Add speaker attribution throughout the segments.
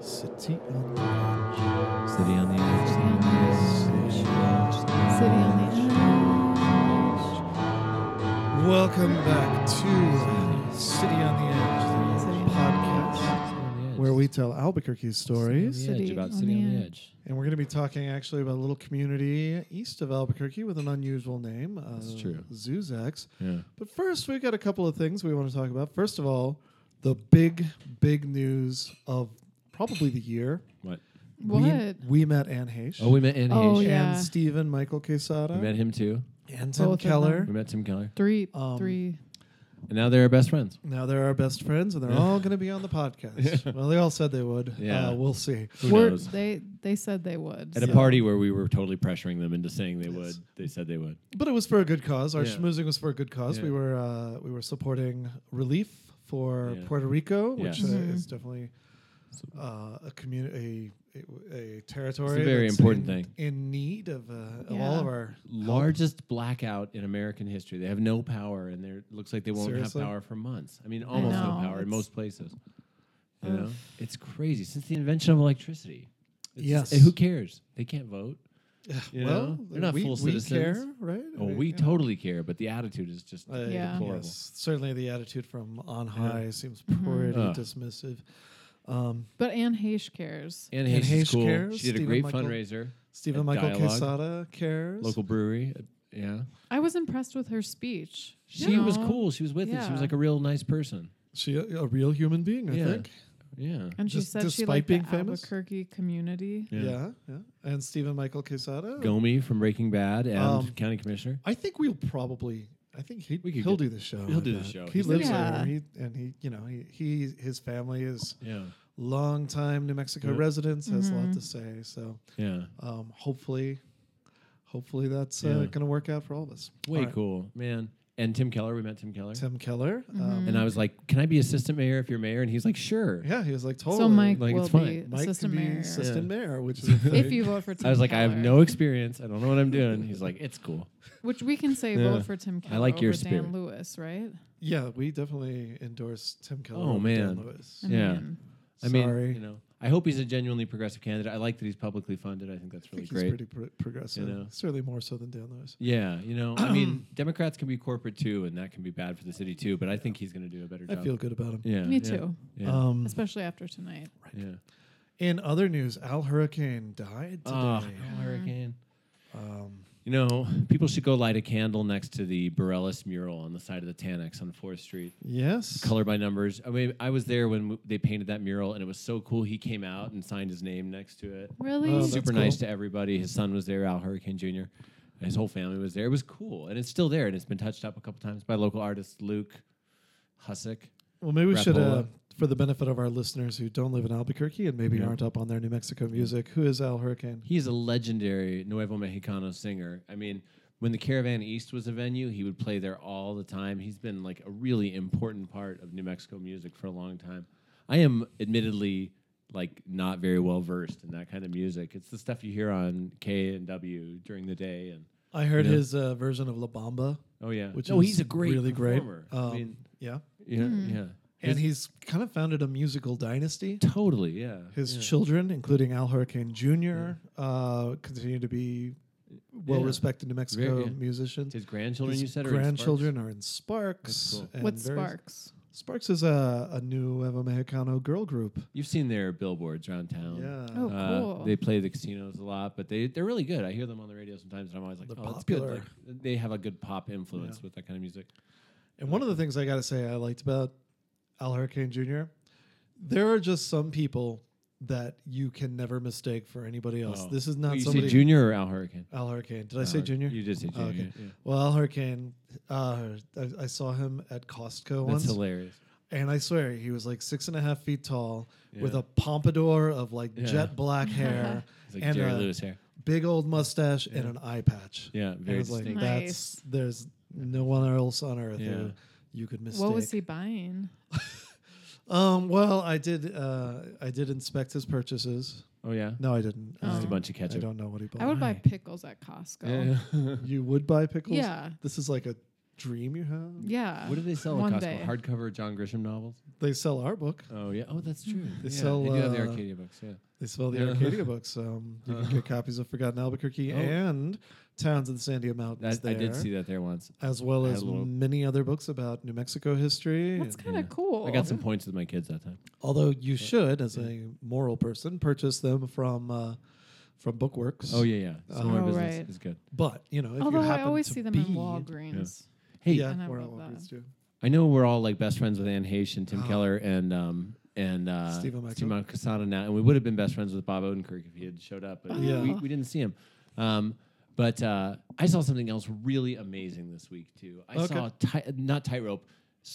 Speaker 1: City on
Speaker 2: City on the edge. City on the edge.
Speaker 3: City on
Speaker 1: Welcome back to City on the Edge,
Speaker 3: the
Speaker 1: the
Speaker 3: edge.
Speaker 1: podcast where we tell Albuquerque stories.
Speaker 2: City on the edge.
Speaker 3: City
Speaker 2: About
Speaker 3: on
Speaker 2: city
Speaker 3: the
Speaker 2: on the
Speaker 3: edge.
Speaker 2: edge.
Speaker 1: And we're going to be talking actually about a little community east of Albuquerque with an unusual name. Uh,
Speaker 2: That's true.
Speaker 1: Zuzex.
Speaker 2: Yeah.
Speaker 1: But first, we've got a couple of things we want to talk about. First of all, the big, big news of probably the year.
Speaker 2: What?
Speaker 1: We-
Speaker 3: What?
Speaker 1: We, met Anne Heche.
Speaker 2: Oh, we met Anne
Speaker 3: Oh,
Speaker 2: Heche.
Speaker 3: yeah.
Speaker 1: And Stephen Michael Quesada.
Speaker 2: We met him too.
Speaker 1: and Tim
Speaker 3: Both of
Speaker 1: Keller.
Speaker 2: We met Tim Keller.
Speaker 3: Three,
Speaker 1: Um,
Speaker 3: three.
Speaker 2: And now they're our best friends.
Speaker 1: Now they're our best friends, and they're all going to be on the podcast. well, they all said they would.
Speaker 2: Yeah.
Speaker 1: Uh, we'll see.
Speaker 2: Who
Speaker 3: Were-
Speaker 2: knows?
Speaker 3: They they said they would.
Speaker 2: At a
Speaker 3: so-
Speaker 2: party where we were totally pressuring them into saying they would,
Speaker 1: Yes.
Speaker 2: they said they would.
Speaker 1: But it was for a good cause. Our
Speaker 2: Yeah.
Speaker 1: schmoozing was for a good cause.
Speaker 2: Yeah.
Speaker 1: We were uh, we were supporting relief for
Speaker 2: Yeah.
Speaker 1: Puerto Rico, which
Speaker 2: Yeah.
Speaker 1: uh,
Speaker 3: Mhm.
Speaker 1: is definitely uh, a community, a, a territory.
Speaker 2: very
Speaker 1: that's
Speaker 2: important
Speaker 1: in,
Speaker 2: thing.
Speaker 1: in need of, uh, of all
Speaker 3: Yeah.
Speaker 1: of our
Speaker 2: Largest blackout in American history. They have no power, and they looks like they won't
Speaker 1: Seriously?
Speaker 2: have power for months. I mean, almost no
Speaker 3: know,
Speaker 2: power in
Speaker 3: it's-
Speaker 2: most places. You
Speaker 3: Ugh.
Speaker 2: know, it's crazy since the invention of electricity. It's-
Speaker 1: Yes.
Speaker 2: eh, who cares? They can't vote. You
Speaker 1: well,
Speaker 2: know? They're not
Speaker 1: we,
Speaker 2: full
Speaker 1: we
Speaker 2: citizens.
Speaker 1: care, right?
Speaker 2: Oh, we
Speaker 1: yeah.
Speaker 2: totally care, but the attitude is just
Speaker 1: Uh,
Speaker 3: Yeah.
Speaker 2: deplorable.
Speaker 1: yes. Certainly, the attitude from on high seems
Speaker 3: Mhm.
Speaker 1: pretty
Speaker 2: Ugh.
Speaker 1: dismissive. Um,
Speaker 3: But Anne Heche cares.
Speaker 2: Anne
Speaker 1: Anne
Speaker 2: Hayes is
Speaker 1: Hayes
Speaker 2: cool.
Speaker 1: cares,
Speaker 2: She did a
Speaker 1: Stephen
Speaker 2: great
Speaker 1: Michael-
Speaker 2: fundraiser.
Speaker 1: Stephen
Speaker 2: And
Speaker 1: Michael
Speaker 2: dialogue.
Speaker 1: Quesada cares.
Speaker 2: Local brewery. uh, Yeah.
Speaker 3: I was impressed with her speech. you
Speaker 2: She was
Speaker 3: know?
Speaker 2: cool. She was with it. She
Speaker 3: Yeah.
Speaker 2: was like a real nice person.
Speaker 1: She a, a real human being, I
Speaker 2: Yeah.
Speaker 1: think.
Speaker 2: Yeah.
Speaker 3: And she
Speaker 1: Just-
Speaker 3: said she
Speaker 1: despite
Speaker 3: liked
Speaker 1: being
Speaker 3: the
Speaker 1: famous?
Speaker 3: Albuquerque community.
Speaker 1: Yeah, yeah. And Stephen Michael Quesada.
Speaker 2: Gomi from Breaking Bad and
Speaker 1: Um,
Speaker 2: county commissioner.
Speaker 1: I think we'll probably. I think he
Speaker 2: We could
Speaker 1: he'll
Speaker 2: get-
Speaker 1: do the show.
Speaker 2: he'll
Speaker 1: I
Speaker 2: do the
Speaker 1: bet.
Speaker 2: show.
Speaker 1: He
Speaker 2: He's
Speaker 1: lives
Speaker 3: Yeah.
Speaker 1: there. He, and he, you know, he, he his family is
Speaker 2: Yeah.
Speaker 1: longtime New Mexico
Speaker 2: Yeah.
Speaker 1: residents. Has a
Speaker 3: Mm-hmm.
Speaker 1: lot to say. So
Speaker 2: Yeah.
Speaker 1: um, hopefully, hopefully that's uh,
Speaker 2: Yeah.
Speaker 1: going to work out for all of us.
Speaker 2: Way
Speaker 1: All right.
Speaker 2: cool, man. And Tim Keller, we met Tim Keller.
Speaker 1: Tim Keller.
Speaker 3: Mm-hmm.
Speaker 1: Um,
Speaker 2: And I was like, "Can I be assistant mayor if you're mayor?" And he's like, "Sure."
Speaker 1: yeah, he was like totally.
Speaker 3: So Mike
Speaker 2: Like,
Speaker 3: will
Speaker 2: it's fine.
Speaker 3: be
Speaker 1: Mike
Speaker 3: assistant
Speaker 1: can be
Speaker 3: mayor.
Speaker 1: assistant mayor, which is
Speaker 3: if you vote for Tim
Speaker 2: I was like, "I have
Speaker 3: Keller,
Speaker 2: no experience. I don't know what I'm doing." He's like, "It's cool."
Speaker 3: Which we can say
Speaker 2: Yeah.
Speaker 3: vote for Tim Keller.
Speaker 2: I like your
Speaker 3: over
Speaker 2: spirit.
Speaker 3: Dan Lewis, right?
Speaker 1: yeah, we definitely endorse Tim Keller.
Speaker 2: Oh,
Speaker 1: over Dan
Speaker 2: man.
Speaker 1: Lewis.
Speaker 3: I
Speaker 2: Yeah.
Speaker 3: mean,
Speaker 2: I mean,
Speaker 1: Sorry.
Speaker 2: you know, I hope he's a genuinely progressive candidate. I like that he's publicly funded. I think that's
Speaker 1: I
Speaker 2: really
Speaker 1: think
Speaker 2: great.
Speaker 1: he's pretty pro- progressive.
Speaker 2: You know?
Speaker 1: Certainly more so than Dan Lewis.
Speaker 2: yeah, you know, I mean, Democrats can be corporate too, and that can be bad for the city too. But I think he's going to do a better
Speaker 1: I
Speaker 2: job.
Speaker 1: feel good about him.
Speaker 2: yeah,
Speaker 3: me
Speaker 2: yeah,
Speaker 3: too.
Speaker 2: Yeah,
Speaker 1: Um,
Speaker 3: Especially after tonight.
Speaker 2: yeah.
Speaker 1: in other news, Al Hurricane died today.
Speaker 2: Ah, hurricane.
Speaker 1: Um,
Speaker 2: You know, people should go light a candle next to the Borellis mural on the side of the Tannex on Fourth Street.
Speaker 1: yes.
Speaker 2: Color by numbers. I mean, I was there when w- they painted that mural, and it was so cool. He came out and signed his name next to it.
Speaker 3: Really?
Speaker 1: Oh, that's
Speaker 2: Super nice
Speaker 1: cool.
Speaker 2: to everybody. His son was there, Al Hurricane Jr. His whole family was there. It was cool, and it's still there, and it's been touched up a couple times by local artist Luke Husick.
Speaker 1: Well, maybe we should, uh,
Speaker 2: Rappahoe.
Speaker 1: for the benefit of our listeners who don't live in Albuquerque and maybe
Speaker 2: Yeah.
Speaker 1: aren't up on their New Mexico music, who is Al Hurricane?
Speaker 2: He's a legendary Nuevo Mexicano singer. I mean, when the Caravan East was a venue, he would play there all the time. He's been like a really important part of New Mexico music for a long time. I am admittedly like not very well versed in that kind of music. It's the stuff you hear on K and W during the day and
Speaker 1: I heard
Speaker 2: Yeah.
Speaker 1: his uh, version of La Bamba,
Speaker 2: oh yeah.
Speaker 1: which
Speaker 2: no,
Speaker 1: is
Speaker 2: he's a great
Speaker 1: really
Speaker 2: performer.
Speaker 1: great. Um,
Speaker 2: I mean,
Speaker 1: yeah.
Speaker 2: yeah, yeah.
Speaker 1: And he's kind of founded a musical dynasty.
Speaker 2: Totally, yeah.
Speaker 1: His
Speaker 2: yeah.
Speaker 1: children, including Al Hurricane Jr., uh, continue to be well respected New Mexico
Speaker 2: yeah.
Speaker 1: musicians.
Speaker 2: his grandchildren
Speaker 1: His
Speaker 2: you said are in Sparks?
Speaker 1: grandchildren are in Sparks.
Speaker 2: cool.
Speaker 1: and
Speaker 3: What's
Speaker 1: various-
Speaker 3: Sparks?
Speaker 1: Sparks is a, a new Evo Mexicano girl group.
Speaker 2: You've seen their billboards around town.
Speaker 1: Yeah.
Speaker 3: Oh,
Speaker 2: Uh,
Speaker 3: cool.
Speaker 2: They play the casinos a lot, but they they're really good. I hear them on the radio sometimes, and I'm always like,
Speaker 1: They're
Speaker 2: oh, that's good.
Speaker 1: popular.
Speaker 2: Like, they have a good pop influence
Speaker 1: Yeah.
Speaker 2: with that kind of music.
Speaker 1: And one of the things I got to say I liked about Al Hurricane Jr., there are just some people that you can never mistake for anybody else.
Speaker 2: Oh.
Speaker 1: This is
Speaker 2: Wait,
Speaker 1: not
Speaker 2: you
Speaker 1: somebody.
Speaker 2: say junior or Al Hurricane?
Speaker 1: Al Hurricane. Did I
Speaker 2: Al
Speaker 1: say
Speaker 2: Hurri-
Speaker 1: Junior?
Speaker 2: You did say
Speaker 1: Oh,
Speaker 2: junior.
Speaker 1: okay.
Speaker 2: yeah.
Speaker 1: Well, Al Hurricane, uh, I, I saw him at Costco
Speaker 2: That's
Speaker 1: once.
Speaker 2: hilarious.
Speaker 1: And I swear, he was like six and a half feet tall with
Speaker 2: Yeah.
Speaker 1: a pompadour of like
Speaker 2: Yeah.
Speaker 1: jet black hair
Speaker 2: It's like
Speaker 1: and
Speaker 2: Jerry
Speaker 1: a
Speaker 2: Lewis hair.
Speaker 1: big old mustache and an eye patch.
Speaker 2: Yeah,
Speaker 1: And I
Speaker 2: very
Speaker 1: was like,
Speaker 2: distinct.
Speaker 3: Nice.
Speaker 1: that's there's no one else on earth
Speaker 2: Yeah.
Speaker 1: who you could mistake.
Speaker 3: What was he buying?
Speaker 1: Um, well, I did. Uh, I did inspect his purchases.
Speaker 2: Oh yeah,
Speaker 1: No, I didn't.
Speaker 2: just a
Speaker 1: Um,
Speaker 2: bunch of
Speaker 1: I
Speaker 2: ketchup.
Speaker 1: don't know what he bought.
Speaker 3: I would buy
Speaker 2: Why?
Speaker 3: pickles at Costco.
Speaker 2: Yeah.
Speaker 1: you would buy pickles.
Speaker 3: Yeah.
Speaker 1: This is like a dream you have.
Speaker 3: Yeah.
Speaker 2: What do they sell
Speaker 3: One
Speaker 2: at Costco?
Speaker 3: day.
Speaker 2: Hardcover John Grisham novels.
Speaker 1: They sell our book.
Speaker 2: Oh yeah. Oh, that's true.
Speaker 1: They
Speaker 2: yeah,
Speaker 1: sell,
Speaker 2: They do have the
Speaker 1: uh,
Speaker 2: Arcadia books. Yeah.
Speaker 1: They sell the
Speaker 2: Yeah. Uh-huh.
Speaker 1: Arcadia books. Um, you can get copies of Forgotten Albuquerque
Speaker 2: Oh.
Speaker 1: and Towns in the Sandia Mountains.
Speaker 2: That, I did
Speaker 1: there,
Speaker 2: see that there once.
Speaker 1: as well
Speaker 2: I had
Speaker 1: as
Speaker 2: a little-
Speaker 1: many other books about New Mexico history.
Speaker 3: That's
Speaker 1: and-
Speaker 3: kind of
Speaker 2: Yeah.
Speaker 3: cool.
Speaker 2: I got some points with my kids that time.
Speaker 1: Although you should, as a moral person, purchase them from uh, from Bookworks.
Speaker 2: Oh yeah, yeah. Similar
Speaker 3: Oh,
Speaker 2: business
Speaker 3: right.
Speaker 2: is good.
Speaker 1: But you know, if
Speaker 3: Although
Speaker 1: you
Speaker 3: I
Speaker 1: happen
Speaker 3: always
Speaker 1: to
Speaker 3: see them
Speaker 1: be,
Speaker 3: in Walgreens.
Speaker 2: Hey,
Speaker 1: yeah,
Speaker 3: And I
Speaker 1: we're at
Speaker 3: love that.
Speaker 1: Walgreens too.
Speaker 2: I know we're all like best friends with Anne Heche and Tim
Speaker 1: Oh.
Speaker 2: Keller and um and uh,
Speaker 1: Steve Amato.
Speaker 2: Steve Casada now, and we would have been best friends with Bob Odenkirk if he had showed up, but
Speaker 1: Yeah.
Speaker 2: we, we didn't see him. Um, but uh, I saw something else really amazing this week too. I
Speaker 1: Okay.
Speaker 2: saw ti- not tightrope.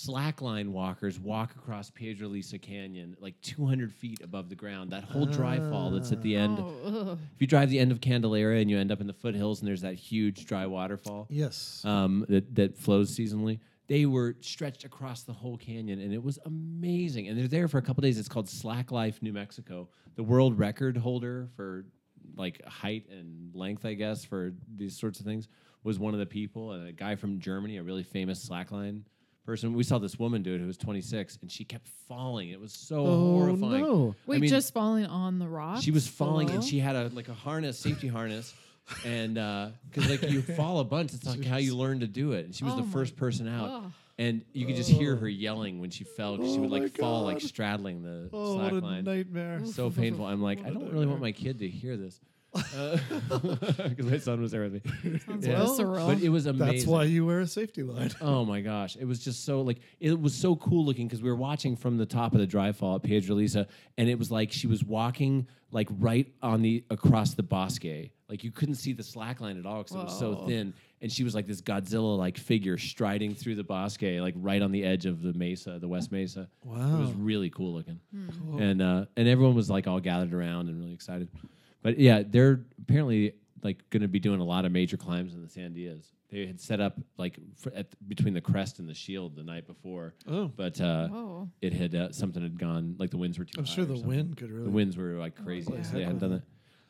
Speaker 2: Slackline walkers walk across Pedro Lisa Canyon like 200 feet above the ground. That whole dry fall that's at the end.
Speaker 3: Oh, ugh.
Speaker 2: If you drive the end of Candelaria and you end up in the foothills, and there's that huge dry waterfall
Speaker 1: Yes.
Speaker 2: um, that that flows seasonally. They were stretched across the whole canyon, and it was amazing. And they're there for a couple days. It's called Slack Life New Mexico, the world record holder for like height and length, I guess, for these sorts of things. Was one of the people, and a guy from Germany, a really famous slackline person. We saw this woman do it who was 26, and she kept falling. It was so Oh, horrifying.
Speaker 1: Oh, no.
Speaker 3: Wait,
Speaker 2: I mean-
Speaker 3: just falling on the rock?
Speaker 2: She was falling, and
Speaker 3: below?
Speaker 2: she had a like a harness, safety harness, and because like you fall a bunch, it's like how you learn to do it. And she was
Speaker 3: Oh
Speaker 2: the
Speaker 3: my
Speaker 2: first person out,
Speaker 3: God.
Speaker 2: and you could just hear her yelling when she fell because she would
Speaker 1: Oh my
Speaker 2: like fall like
Speaker 1: God.
Speaker 2: straddling the
Speaker 1: Oh,
Speaker 2: slack
Speaker 1: what a
Speaker 2: line.
Speaker 1: nightmare!
Speaker 2: So painful. I'm like, I
Speaker 1: a
Speaker 2: don't really want my kid to hear this because my son was there with me.
Speaker 3: Sounds
Speaker 1: Yeah.
Speaker 3: visceral.
Speaker 2: But it was amazing.
Speaker 1: That's why you wear a safety line.
Speaker 2: Oh my gosh, it was just so like it was so cool looking because we were watching from the top of the dry fall at Piedra Lisa, and it was like she was walking like right on the across the bosque, like you couldn't see the slack line at all because it was so
Speaker 3: Whoa.
Speaker 2: thin, and she was like this Godzilla like figure striding through the bosque, like right on the edge of the mesa, the West Mesa. it was
Speaker 1: Wow.
Speaker 2: really cool looking, and uh, and everyone was like all gathered around and really excited, but yeah, they're apparently like going to be doing a lot of major climbs in the Sandias. They had set up like fr at, between the crest and the shield the night before,
Speaker 1: Oh,
Speaker 2: but uh,
Speaker 3: Whoa.
Speaker 2: it had uh, something had gone like the winds were too.
Speaker 1: I'm
Speaker 2: high
Speaker 1: sure
Speaker 2: or
Speaker 1: the
Speaker 2: something.
Speaker 1: wind could really. Oh,
Speaker 2: The winds were like crazy,
Speaker 3: yeah.
Speaker 2: so they hadn't done that.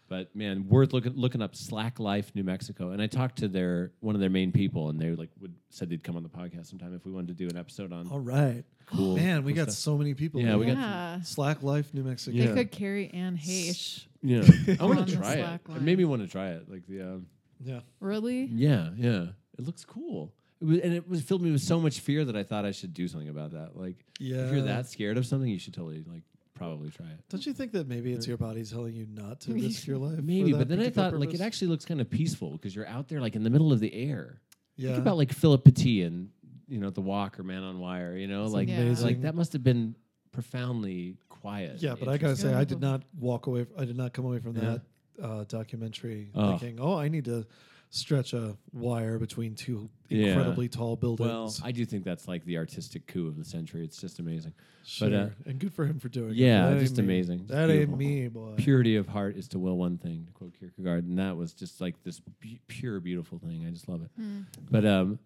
Speaker 2: But man, worth looking looking up Slack Life New Mexico. And I talked to their one of their main people, and they like would said they'd come on the podcast sometime if we wanted to do an episode on.
Speaker 1: All right,
Speaker 2: Cool.
Speaker 1: Oh, man. We
Speaker 2: cool
Speaker 1: got
Speaker 2: stuff.
Speaker 1: so many people.
Speaker 2: Yeah, we got-
Speaker 3: yeah.
Speaker 1: Slack Life, New Mexico.
Speaker 3: They
Speaker 2: Yeah.
Speaker 3: could carry Anne Heche.
Speaker 2: Yeah, I
Speaker 3: on
Speaker 2: want
Speaker 3: the
Speaker 2: to try it.
Speaker 3: slack
Speaker 2: It
Speaker 3: line.
Speaker 2: made me want to try it. Like the. um,
Speaker 1: yeah.
Speaker 3: Really?
Speaker 2: Yeah, yeah. It looks cool. It was, and it was filled me with so much fear that I thought I should do something about that. Like, if
Speaker 1: Yeah.
Speaker 2: you're that scared of something, you should totally like probably try it.
Speaker 1: Don't you think that maybe it's your body telling you not to risk your life? for
Speaker 2: Maybe,
Speaker 1: that
Speaker 2: but then I
Speaker 1: particular
Speaker 2: thought like it
Speaker 1: purpose?
Speaker 2: actually looks kind of peaceful because you're out there like in the middle of the air.
Speaker 1: Yeah.
Speaker 2: Think about like Philip Petit and you know The Walk or Man on Wire. You know, like
Speaker 3: Yeah. amazing.
Speaker 2: like that must have been profoundly quiet.
Speaker 1: yeah,
Speaker 2: and
Speaker 1: but I gotta say, I did
Speaker 3: Interesting.
Speaker 1: not walk away. I did not come away from
Speaker 2: Yeah.
Speaker 1: that uh, documentary
Speaker 2: Oh.
Speaker 1: thinking, "Oh, I need to stretch a wire between two
Speaker 2: Yeah.
Speaker 1: incredibly tall buildings."
Speaker 2: Well, I do think that's like the artistic coup of the century. It's just amazing.
Speaker 1: sure,
Speaker 2: uh,
Speaker 1: and good for him for doing it.
Speaker 2: yeah,
Speaker 1: That ain't
Speaker 2: just
Speaker 1: me.
Speaker 2: amazing. Just
Speaker 1: That ain't
Speaker 2: beautiful.
Speaker 1: me, boy.
Speaker 2: purity of heart is to will one thing to quote kierkegaard and that was just like this bu- pure beautiful thing i just love it
Speaker 3: Hmm.
Speaker 2: but um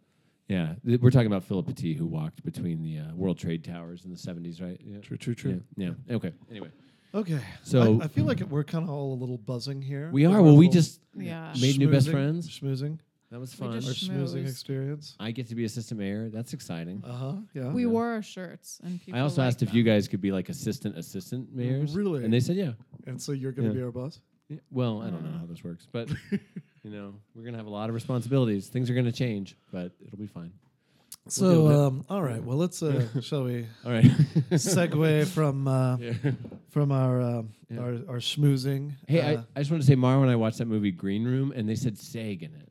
Speaker 2: yeah th- we're talking about philip petit who walked between the uh, world trade towers in the 70s right yeah
Speaker 1: True, true, true.
Speaker 2: yeah, yeah. okay anyway
Speaker 1: Okay,
Speaker 2: So-
Speaker 1: I, I feel like we're kind of all a little buzzing here.
Speaker 2: we
Speaker 1: with
Speaker 2: are
Speaker 1: our
Speaker 2: well we
Speaker 1: little
Speaker 2: just
Speaker 3: Yeah.
Speaker 2: made new best
Speaker 1: schmoozing-
Speaker 2: friends.
Speaker 1: schmoozing,
Speaker 2: that was
Speaker 3: We
Speaker 2: fun
Speaker 1: our
Speaker 3: just-
Speaker 1: schmoozing
Speaker 3: Schmooze.
Speaker 1: experience.
Speaker 2: i get to be assistant mayor that's exciting
Speaker 1: Uh huh. Yeah.
Speaker 3: We
Speaker 2: Yeah.
Speaker 3: wore our shirts and people
Speaker 2: i also
Speaker 3: liked
Speaker 2: asked if
Speaker 3: them.
Speaker 2: you guys could be like assistant assistant mayors
Speaker 1: Really?
Speaker 2: and they said yeah
Speaker 1: and so you're gonna
Speaker 2: Yeah.
Speaker 1: be our boss.
Speaker 2: Yeah, well i don't know how this works but you know we're gonna have a lot of responsibilities things are gonna change but it'll be fine
Speaker 1: So,
Speaker 2: deal with it.
Speaker 1: um, all right. Well, let's uh, shall we
Speaker 2: all right
Speaker 1: segue from uh,
Speaker 2: Yeah.
Speaker 1: from our, um,
Speaker 2: Yeah.
Speaker 1: our our schmoozing?
Speaker 2: Hey,
Speaker 1: uh,
Speaker 2: I, I just want to say, Mar, when I watched that movie Green Room, and they said "seg" in it.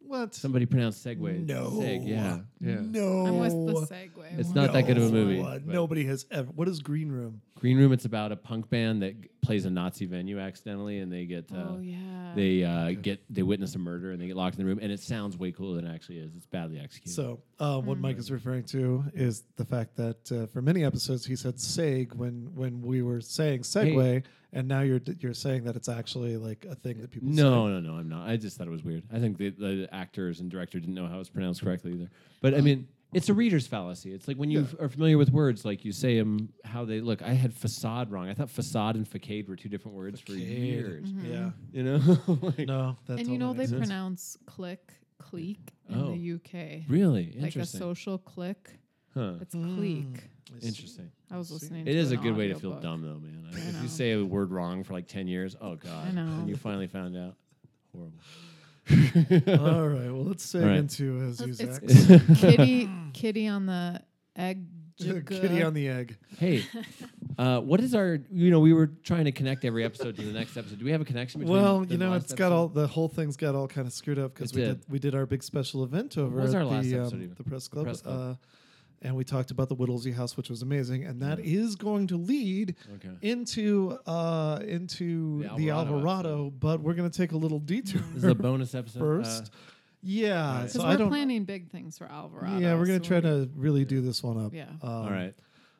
Speaker 1: what?
Speaker 2: Somebody pronounced "segue."
Speaker 1: No.
Speaker 2: Seg, yeah, yeah.
Speaker 1: No,
Speaker 3: I'm with the segue.
Speaker 2: It's
Speaker 3: one. Oh,
Speaker 2: not that good of a movie,
Speaker 1: No, uh,
Speaker 2: but-
Speaker 1: Nobody has ever. What is Green Room?
Speaker 2: Green Room. It's about a punk band that g- plays a Nazi venue accidentally, and they get uh,
Speaker 3: Oh, yeah.
Speaker 2: they uh, get they witness a murder and they get locked in the room, and it sounds way cooler than it actually is. It's badly executed.
Speaker 1: So, um, what Mike is
Speaker 3: Hmm.
Speaker 1: referring to is the fact that uh, for many episodes he said "seg" when when we were saying "segue," and now you're d- you're saying that it's actually like a thing that people
Speaker 2: no, no, no, I'm not. I just thought it was weird. I think the, the actors and director didn't know how it was pronounced correctly either. But I mean, it's a reader's fallacy. It's like when you
Speaker 1: Yeah.
Speaker 2: f- are familiar with words, like you say them how they look. I had facade wrong. I thought facade and facade were two different words
Speaker 1: say.
Speaker 2: for years.
Speaker 1: Yeah,
Speaker 2: You know, Like-
Speaker 1: no, that
Speaker 3: Mm-hmm. and you know,
Speaker 1: totally
Speaker 3: they
Speaker 1: makes sense.
Speaker 3: pronounce click, click. clique
Speaker 2: Oh.
Speaker 3: in the UK.
Speaker 2: Really
Speaker 3: Like a
Speaker 2: interesting. Hmm.
Speaker 3: social clique.
Speaker 2: huh.
Speaker 3: It's
Speaker 1: Mm.
Speaker 3: clique.
Speaker 1: I see.
Speaker 2: Interesting.
Speaker 3: I was
Speaker 1: See.
Speaker 3: listening
Speaker 2: It
Speaker 3: to
Speaker 2: is a
Speaker 3: an
Speaker 2: good way to feel
Speaker 3: audiobook.
Speaker 2: dumb though, man. I-
Speaker 3: I
Speaker 2: if
Speaker 3: know.
Speaker 2: you say a word wrong for like ten years, oh god.
Speaker 3: know.
Speaker 2: And you finally found out. Horrible.
Speaker 1: All right. Well, let's seg
Speaker 2: All right.
Speaker 1: into as you
Speaker 3: Let's-
Speaker 1: Zach.
Speaker 3: it's kitty, kitty on the egg.
Speaker 1: Kitty on the egg.
Speaker 2: hey, uh, what is our? You know, we were trying to connect every episode to the next episode. Do we have a connection between?
Speaker 1: Well,
Speaker 2: the
Speaker 1: you know,
Speaker 2: last
Speaker 1: it's got
Speaker 2: episode?
Speaker 1: all the whole thing's got all kind of screwed up because
Speaker 2: It
Speaker 1: we
Speaker 2: did.
Speaker 1: did. we did our big special event over
Speaker 2: was
Speaker 1: at
Speaker 2: our last
Speaker 1: the,
Speaker 2: episode
Speaker 1: um,
Speaker 2: even?
Speaker 1: the press club,
Speaker 2: press club.
Speaker 1: Uh, and we talked about the Whittlesey house, which was amazing, and that is
Speaker 2: Yeah.
Speaker 1: going to lead
Speaker 2: Okay.
Speaker 1: into uh, into
Speaker 2: The
Speaker 1: the Alvarado,
Speaker 2: Alvarado
Speaker 1: but we're going to take a little detour
Speaker 2: This is a bonus episode.
Speaker 1: first.
Speaker 2: Uh,
Speaker 1: yeah,
Speaker 2: right.
Speaker 3: Because
Speaker 1: so I
Speaker 3: we're
Speaker 1: don't.
Speaker 3: planning big things for Alvarado.
Speaker 1: yeah, we're going
Speaker 3: so
Speaker 1: to try to really do this one up.
Speaker 3: Yeah.
Speaker 1: Um,
Speaker 2: all right.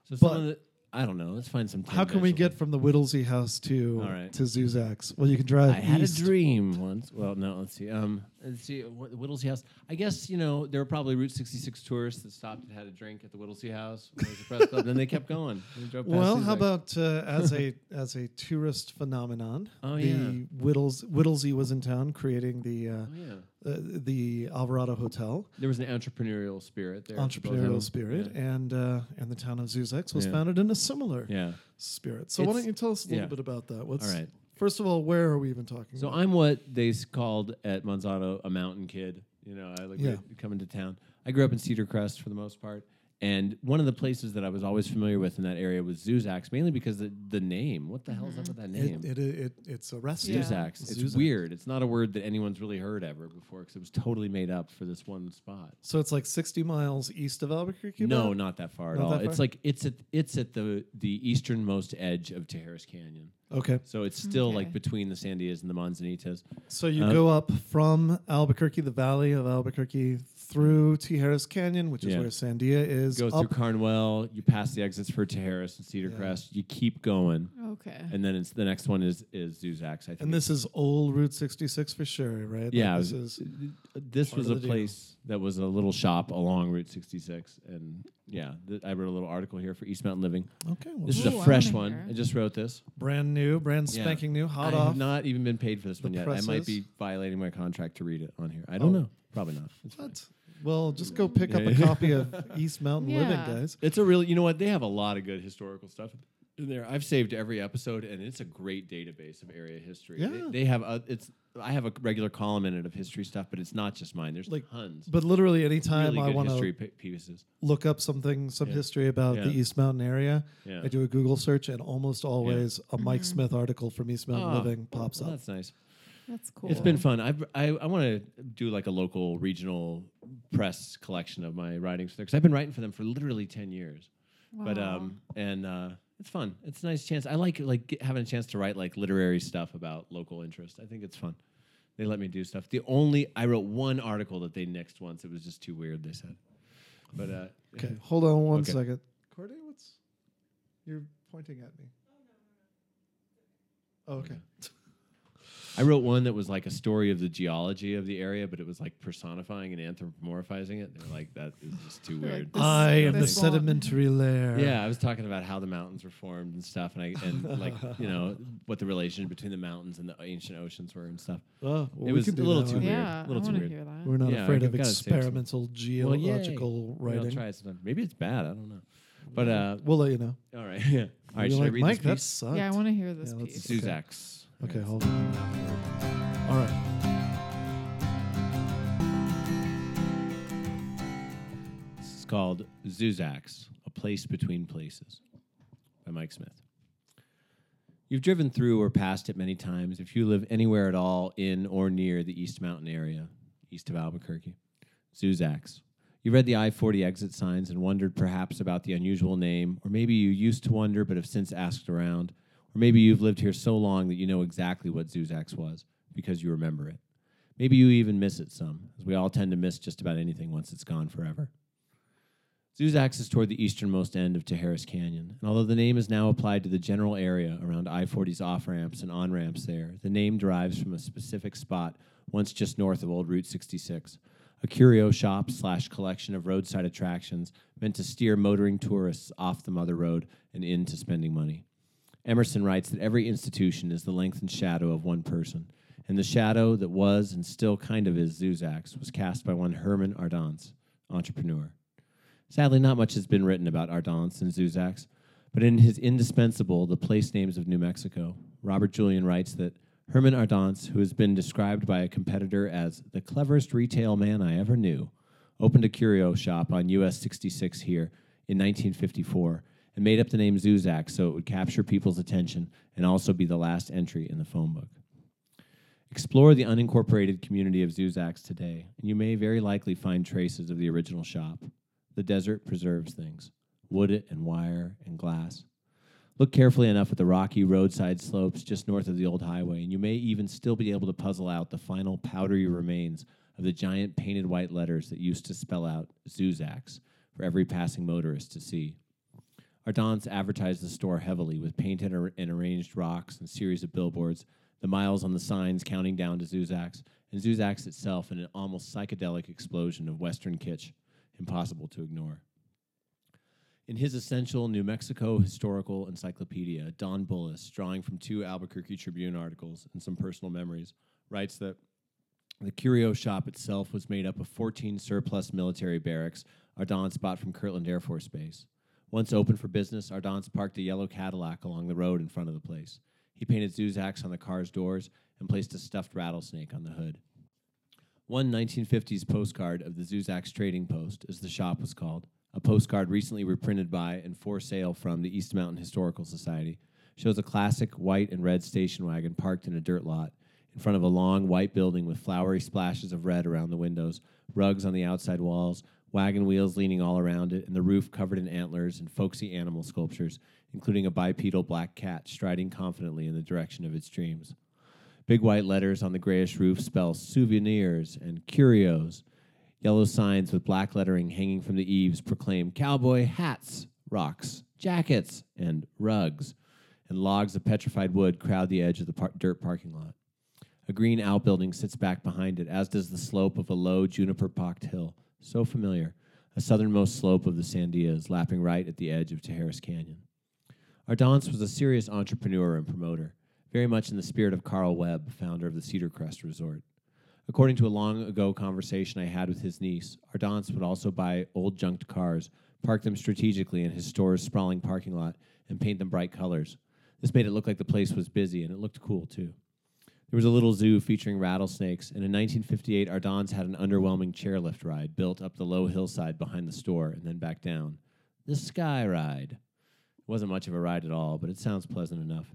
Speaker 2: So
Speaker 1: but-
Speaker 2: some of the, I don't know. Let's find some.
Speaker 1: How can we
Speaker 2: tangential-
Speaker 1: get from the Whittlesey house to
Speaker 2: All right.
Speaker 1: to Zuzak's? Well, you can drive
Speaker 2: I had
Speaker 1: east.
Speaker 2: a dream once. Well, no, let's see. Um, let's see. Wh- Whittlesey House. I guess you know there were probably Route 66 tourists that stopped and had a drink at the Whittlesey House. When it was a press club. Then they kept going. We drove past
Speaker 1: Well,
Speaker 2: these,
Speaker 1: how
Speaker 2: like-
Speaker 1: about uh, as a as a tourist phenomenon?
Speaker 2: Oh,
Speaker 1: the
Speaker 2: yeah.
Speaker 1: Whittles Whittlesey was in town creating the uh,
Speaker 2: Oh, yeah.
Speaker 1: uh, the Alvarado Hotel,
Speaker 2: There was an entrepreneurial spirit there. at the both
Speaker 1: entrepreneurial
Speaker 2: ends.
Speaker 1: spirit, and uh, and the town of Zuzex was
Speaker 2: Yeah.
Speaker 1: founded in a similar
Speaker 2: Yeah. yeah.
Speaker 1: spirit. So why
Speaker 2: It's-
Speaker 1: don't you tell us a little
Speaker 2: yeah.
Speaker 1: bit about that? What's
Speaker 2: All right.
Speaker 1: first of all, where are we even talking?
Speaker 2: So
Speaker 1: about?
Speaker 2: I'm what they s- called at Monsanto a mountain kid. You know, I like
Speaker 1: Yeah.
Speaker 2: would come into town. I grew up in Cedar Crest for the most part, and one of the places that I was always familiar with in that area was Zuzax, mainly because the, the name. What the hell is up with that name?
Speaker 1: it, it, it it's a restaurant.
Speaker 3: Mm-hmm. Yeah.
Speaker 2: Zuzaks. It's
Speaker 1: Zuzaks.
Speaker 2: weird. It's not a word that anyone's really heard ever before because it was totally made up for this one spot.
Speaker 1: So it's like 60 miles east of Albuquerque.
Speaker 2: no,
Speaker 1: about?
Speaker 2: not that far at
Speaker 1: Not
Speaker 2: all.
Speaker 1: that
Speaker 2: It's
Speaker 1: far?
Speaker 2: like it's at it's at the the easternmost edge of Tejeras Canyon.
Speaker 1: Okay.
Speaker 2: So it's still like
Speaker 3: Hmm, Okay.
Speaker 2: between the Sandias and the Manzanitas.
Speaker 1: So you
Speaker 2: Uh,
Speaker 1: go up from Albuquerque, the valley of Albuquerque, through Tijeras Canyon, which is
Speaker 2: Yeah.
Speaker 1: where Sandia is.
Speaker 2: Go through
Speaker 1: up,
Speaker 2: Carnwell, you pass the exits for Tejeras and Cedar
Speaker 1: Yeah.
Speaker 2: Crest, you keep going.
Speaker 3: Okay.
Speaker 2: And then it's the next one is is Zuzaks, I think.
Speaker 1: and this is old Route 66 for sure, right? Like,
Speaker 2: yeah, it
Speaker 1: this
Speaker 2: was-
Speaker 1: is
Speaker 2: this
Speaker 1: part
Speaker 2: was
Speaker 1: of the
Speaker 2: a
Speaker 1: deal.
Speaker 2: place that was a little shop along Route 66, and yeah, th- I wrote a little article here for East Mountain Living.
Speaker 1: okay. Well,
Speaker 2: This is
Speaker 3: Ooh,
Speaker 2: a
Speaker 3: I
Speaker 2: fresh
Speaker 3: wanna
Speaker 2: one.
Speaker 3: hear.
Speaker 2: I just wrote this.
Speaker 1: brand new, brand
Speaker 2: Yeah.
Speaker 1: spanking new, hot
Speaker 2: I
Speaker 1: off.
Speaker 2: have not even been paid for this
Speaker 1: the
Speaker 2: one yet. I might
Speaker 1: presses.
Speaker 2: be violating my contract to read it on here. I don't
Speaker 1: Oh.
Speaker 2: know. Probably not. It's, fine.
Speaker 1: What? Well, just go pick up
Speaker 2: Yeah.
Speaker 1: a copy of East Mountain
Speaker 3: Yeah.
Speaker 1: Living, guys.
Speaker 2: It's a really, you know what? They have a lot of good historical stuff in there. I've saved every episode, and it's a great database of area history. They-
Speaker 1: Yeah.
Speaker 2: They, have a, it's. I have a regular column in it of history stuff, but it's not just mine. There's like
Speaker 1: Like,
Speaker 2: tons.
Speaker 1: But literally,
Speaker 2: Really
Speaker 1: anytime I
Speaker 2: good
Speaker 1: want
Speaker 2: history
Speaker 1: to
Speaker 2: pi pieces.
Speaker 1: look up something, some
Speaker 2: Yeah.
Speaker 1: history about the
Speaker 2: Yeah.
Speaker 1: East Mountain area,
Speaker 2: Yeah.
Speaker 1: I do a Google search, and almost always a Mike Smith article from East Mountain
Speaker 2: Ah,
Speaker 1: Living pops
Speaker 2: well,
Speaker 1: up.
Speaker 2: That's nice.
Speaker 3: That's cool.
Speaker 2: It's been fun. I've, I I want to do like a local regional press collection of my writings because I've been writing for them for literally ten years. But
Speaker 3: Wow.
Speaker 2: um and uh, it's fun. It's a nice chance. I like like get, having a chance to write like literary stuff about local interest. I think it's fun. They let me do stuff. The only I wrote one article that they nixed once. It was just too weird. They said, but uh,
Speaker 1: Okay, hold on one
Speaker 2: Okay.
Speaker 1: second. Cordy, what's you're pointing at me? Oh, okay.
Speaker 2: I wrote one that was like a story of the geology of the area, but it was like personifying and anthropomorphizing it. They were like, that is just too
Speaker 3: They're like,
Speaker 2: weird.
Speaker 3: This-
Speaker 1: I am the
Speaker 3: this one.
Speaker 1: sedimentary layer.
Speaker 2: Yeah, I was talking about how the mountains were formed and stuff, and I and like you know what the relation between the mountains and the ancient oceans were and stuff.
Speaker 1: Oh, well, we
Speaker 2: was
Speaker 1: can
Speaker 2: a
Speaker 1: do
Speaker 2: little
Speaker 1: that
Speaker 2: too
Speaker 1: one.
Speaker 2: weird.
Speaker 3: Yeah,
Speaker 2: Little
Speaker 3: I
Speaker 2: too
Speaker 3: want to
Speaker 2: weird.
Speaker 3: hear that.
Speaker 1: We're not
Speaker 2: Yeah,
Speaker 1: afraid
Speaker 2: I've
Speaker 1: of
Speaker 2: gotta save some.
Speaker 1: experimental
Speaker 2: Well, yay.
Speaker 1: geological
Speaker 2: Maybe I'll
Speaker 1: writing.
Speaker 2: try it sometime. Maybe it's bad. I don't know. But uh,
Speaker 1: We'll let you know.
Speaker 2: all right. Yeah. All right.
Speaker 1: You're
Speaker 2: Should I
Speaker 1: like,
Speaker 2: read
Speaker 1: Mike, that
Speaker 2: this
Speaker 1: sucked.
Speaker 3: Yeah, I want to hear this
Speaker 1: Yeah, let's
Speaker 3: piece.
Speaker 1: do-
Speaker 2: piece?
Speaker 1: okay.
Speaker 2: Suzak's.
Speaker 1: Okay, hold on. All right.
Speaker 2: This is called Zuzak's, A Place Between Places by Mike Smith. You've driven through or passed it many times if you live anywhere at all in or near the East Mountain area, east of Albuquerque. Zuzak's. You read the I 40 exit signs and wondered perhaps about the unusual name, or maybe you used to wonder but have since asked around, or maybe you've lived here so long that you know exactly what Zuzak's was because you remember it. Maybe you even miss it some, as we all tend to miss just about anything once it's gone forever. Zuzax is toward the easternmost end of Tejeras Canyon, and although the name is now applied to the general area around I 40's off ramps and on ramps there, the name derives from a specific spot once just north of old Route 66, a curio shop slash collection of roadside attractions meant to steer motoring tourists off the mother road and into spending money. Emerson writes that every institution is the length and shadow of one person, and and the shadow that was and still kind of is Zuzak's was cast by one Herman Ardance, entrepreneur. Sadly, not much has been written about Ardance and Zuzak's, but in his indispensable The Place Names of New Mexico, Robert Julian writes that Herman Ardance, who has been described by a competitor as the cleverest retail man I ever knew, opened a curio shop on US 66 here in 1954 and made up the name Zuzak so it would capture people's attention and also be the last entry in the phone book. Explore the unincorporated community of Zuzax today, and you may very likely find traces of the original shop. The desert preserves things wood and wire and glass. Look carefully enough at the rocky roadside slopes just north of the old highway, and you may even still be able to puzzle out the final powdery remains of the giant painted white letters that used to spell out Zuzax for every passing motorist to see. Ardance advertised the store heavily with painted ar- and arranged rocks and series of billboards, the miles on the signs counting down to Zuzak's, and Zuzak's itself in an almost psychedelic explosion of Western kitsch, impossible to ignore. In his essential New Mexico Historical Encyclopedia, Don Bullis, drawing from two Albuquerque Tribune articles and some personal memories, writes that the curio shop itself was made up of 14 surplus military barracks Ardance bought from Kirtland Air Force Base. Once open for business, Ardance parked a yellow Cadillac along the road in front of the place. He painted Zuzak's on the car's doors and placed a stuffed rattlesnake on the hood. One 1950s postcard of the Zuzak's Trading Post, as the shop was called, a postcard recently reprinted by and for sale from the East Mountain Historical Society, shows a classic white and red station wagon parked in a dirt lot in front of a long white building with flowery splashes of red around the windows, rugs on the outside walls, wagon wheels leaning all around it, and the roof covered in antlers and folksy animal sculptures, including a bipedal black cat striding confidently in the direction of its dreams. Big white letters on the grayish roof spell souvenirs and curios. Yellow signs with black lettering hanging from the eaves proclaim cowboy hats, rocks, jackets, and rugs. And logs of petrified wood crowd the edge of the par- dirt parking lot. A green outbuilding sits back behind it, as does the slope of a low juniper pocked hill, so familiar, a southernmost slope of the Sandias, lapping right at the edge of Tejeras Canyon. Ardance was a serious entrepreneur and promoter, very much in the spirit of Carl Webb, founder of the Cedar Crest Resort. According to a long ago conversation I had with his niece, Ardance would also buy old junked cars, park them strategically in his store's sprawling parking lot, and paint them bright colors. This made it look like the place was busy, and it looked cool too. There was a little zoo featuring rattlesnakes, and in 1958, Ardans had an underwhelming chairlift ride built up the low hillside behind the store and then back down. The Sky Ride. It wasn't much of a ride at all, but it sounds pleasant enough.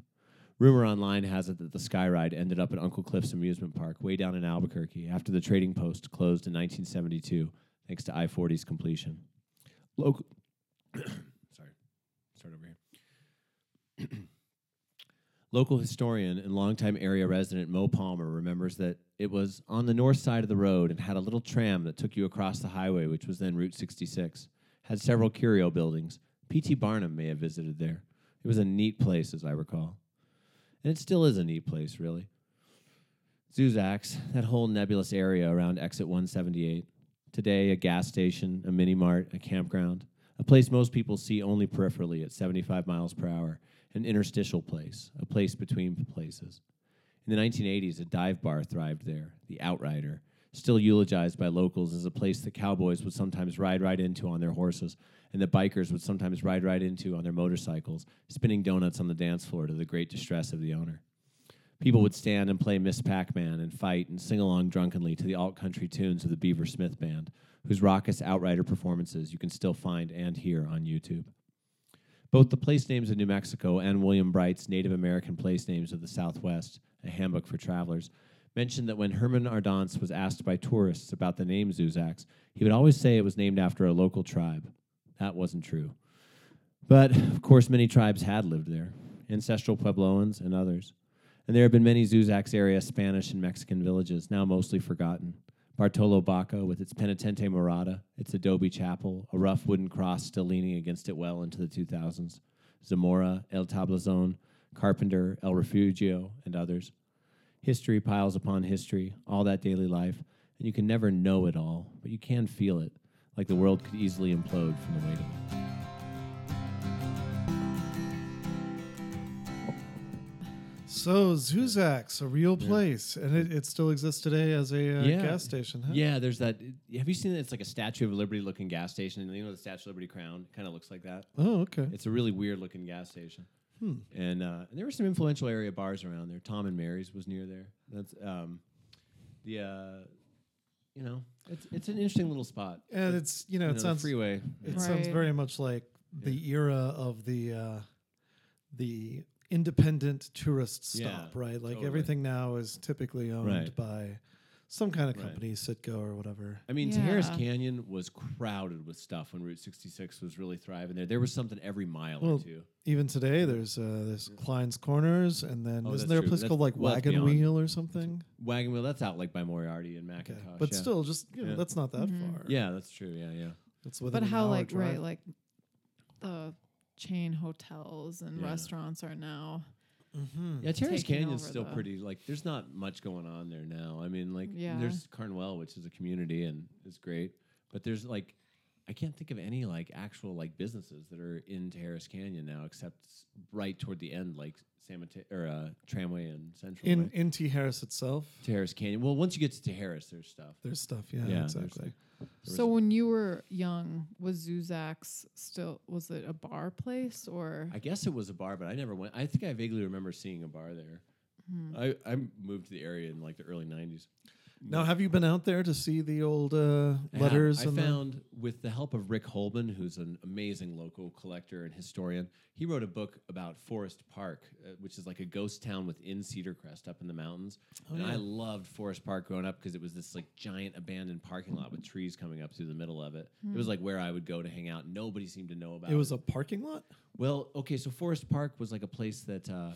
Speaker 2: Rumor online has it that the Sky Ride ended up at Uncle Cliff's amusement park way down in Albuquerque after the trading post closed in 1972, thanks to I 40's completion. Local. Sorry, start over here. Local historian and longtime area resident Mo Palmer remembers that it was on the north side of the road and had a little tram that took you across the highway, which was then Route 66. Had several curio buildings. P.T. Barnum may have visited there. It was a neat place, as I recall. And it still is a neat place, really. Zuzak's, that whole nebulous area around exit 178. Today, a gas station, a mini mart, a campground, a place most people see only peripherally at 75 miles per hour, an interstitial place, a place between places. In the 1980s, a dive bar thrived there, the Outrider, still eulogized by locals as a place that cowboys would sometimes ride right into on their horses and that bikers would sometimes ride right into on their motorcycles, spinning donuts on the dance floor to the great distress of the owner. People would stand and play Miss Pac Man and fight and sing along drunkenly to the alt country tunes of the Beaver Smith Band, whose raucous Outrider performances you can still find and hear on YouTube. Both the place names of New Mexico and William Bright's Native American place names of the Southwest, a handbook for travelers, mention that when Herman Ardance was asked by tourists about the name Zuzax, he would always say it was named after a local tribe. That wasn't true. But, of course, many tribes had lived there, ancestral Puebloans and others. And there have been many Zuzax area Spanish and Mexican villages, now mostly forgotten. Bartolo Baca, with its Penitente Morada, its adobe chapel, a rough wooden cross still leaning against it well into the 2000s, Zamora, El Tablazon, Carpenter, El Refugio, and others. History piles upon history, all that daily life, and you can never know it all, but you can feel it, like the world could easily implode from the weight of it.
Speaker 1: So Zuzak's a real place, and it, it still exists today as a uh,
Speaker 2: Yeah.
Speaker 1: gas station. Huh?
Speaker 2: Yeah, there's that. Have you seen that? It's like a Statue of Liberty looking gas station. And you know the Statue of Liberty crown kind of looks like that.
Speaker 1: Oh, okay. Hmm.
Speaker 2: It's a really weird looking gas station. And, uh, and there were some influential area bars around there. Tom and Mary's was near there. That's um, the uh, you know it's it's an interesting little spot.
Speaker 1: And it's you know
Speaker 2: You know,
Speaker 1: it
Speaker 2: the
Speaker 1: sounds it
Speaker 2: freeway.
Speaker 1: sounds
Speaker 3: Right.
Speaker 1: very much like the era of the uh, the independent tourist stop,
Speaker 2: Yeah,
Speaker 1: right? Like
Speaker 2: totally.
Speaker 1: everything now is typically owned
Speaker 2: Right.
Speaker 1: by some kind of
Speaker 2: Right.
Speaker 1: company, Sitco or whatever.
Speaker 2: I mean, Harris
Speaker 3: Yeah.
Speaker 2: Canyon was crowded with stuff when Route 66 was really thriving there. There was something every mile
Speaker 1: Well,
Speaker 2: or two.
Speaker 1: Even today, there's uh, there's Klein's Corners, and then
Speaker 2: Oh,
Speaker 1: isn't
Speaker 2: that's
Speaker 1: there a
Speaker 2: true.
Speaker 1: place
Speaker 2: That's-
Speaker 1: called like
Speaker 2: well, that's
Speaker 1: Wagon
Speaker 2: beyond.
Speaker 1: Wheel or something?
Speaker 2: Wagon Wheel, that's out like by Moriarty and McIntosh.
Speaker 1: Okay. But
Speaker 2: yeah.
Speaker 1: still, just you know,
Speaker 2: Yeah.
Speaker 1: that's not that far.
Speaker 2: Yeah, that's true. Yeah, yeah.
Speaker 1: that's
Speaker 3: Mm-hmm. but
Speaker 1: within an
Speaker 3: how
Speaker 1: hour
Speaker 3: like
Speaker 1: drive.
Speaker 3: right like the chain hotels and
Speaker 2: Yeah.
Speaker 3: restaurants are now
Speaker 1: Mm-hmm.
Speaker 2: Yeah, Terrace
Speaker 3: taking
Speaker 2: Canyon's
Speaker 3: over
Speaker 2: still
Speaker 3: the-
Speaker 2: pretty like there's not much going on there now. I mean, like
Speaker 3: Yeah.
Speaker 2: there's Carnwell, which is a community and is great. But there's like I can't think of any like actual like businesses that are in Terrace Canyon now except s- right toward the end, like Samita- or uh, tramway and central
Speaker 1: in in T Harris itself.
Speaker 2: Terrace Canyon. Well, once you get to Terrace, there's stuff.
Speaker 1: There's stuff, yeah,
Speaker 2: Yeah, there's
Speaker 1: exactly.
Speaker 2: was
Speaker 3: so
Speaker 2: a-
Speaker 3: when you were young was zuzak's still was it a bar place or
Speaker 2: I guess it was a bar, but I never went. I think I vaguely remember seeing a bar there.
Speaker 3: Hmm.
Speaker 2: I, I moved to the area in like the early 90s.
Speaker 1: Now, have you been out there to see the old uh, letters?
Speaker 2: I have.
Speaker 1: and
Speaker 2: I
Speaker 1: the-
Speaker 2: found with the help of Rick Holman, who's an amazing local collector and historian. He wrote a book about Forest Park, uh, which is like a ghost town within Cedar Crest up in the mountains.
Speaker 1: Oh,
Speaker 2: and I loved Forest Park growing up because it was this like giant abandoned parking lot with trees coming up through the middle of it. It was like where I would go to hang out. Nobody seemed to know about it.
Speaker 1: Hmm. it was a parking lot.
Speaker 2: Well, okay, so Forest Park was like a place that uh,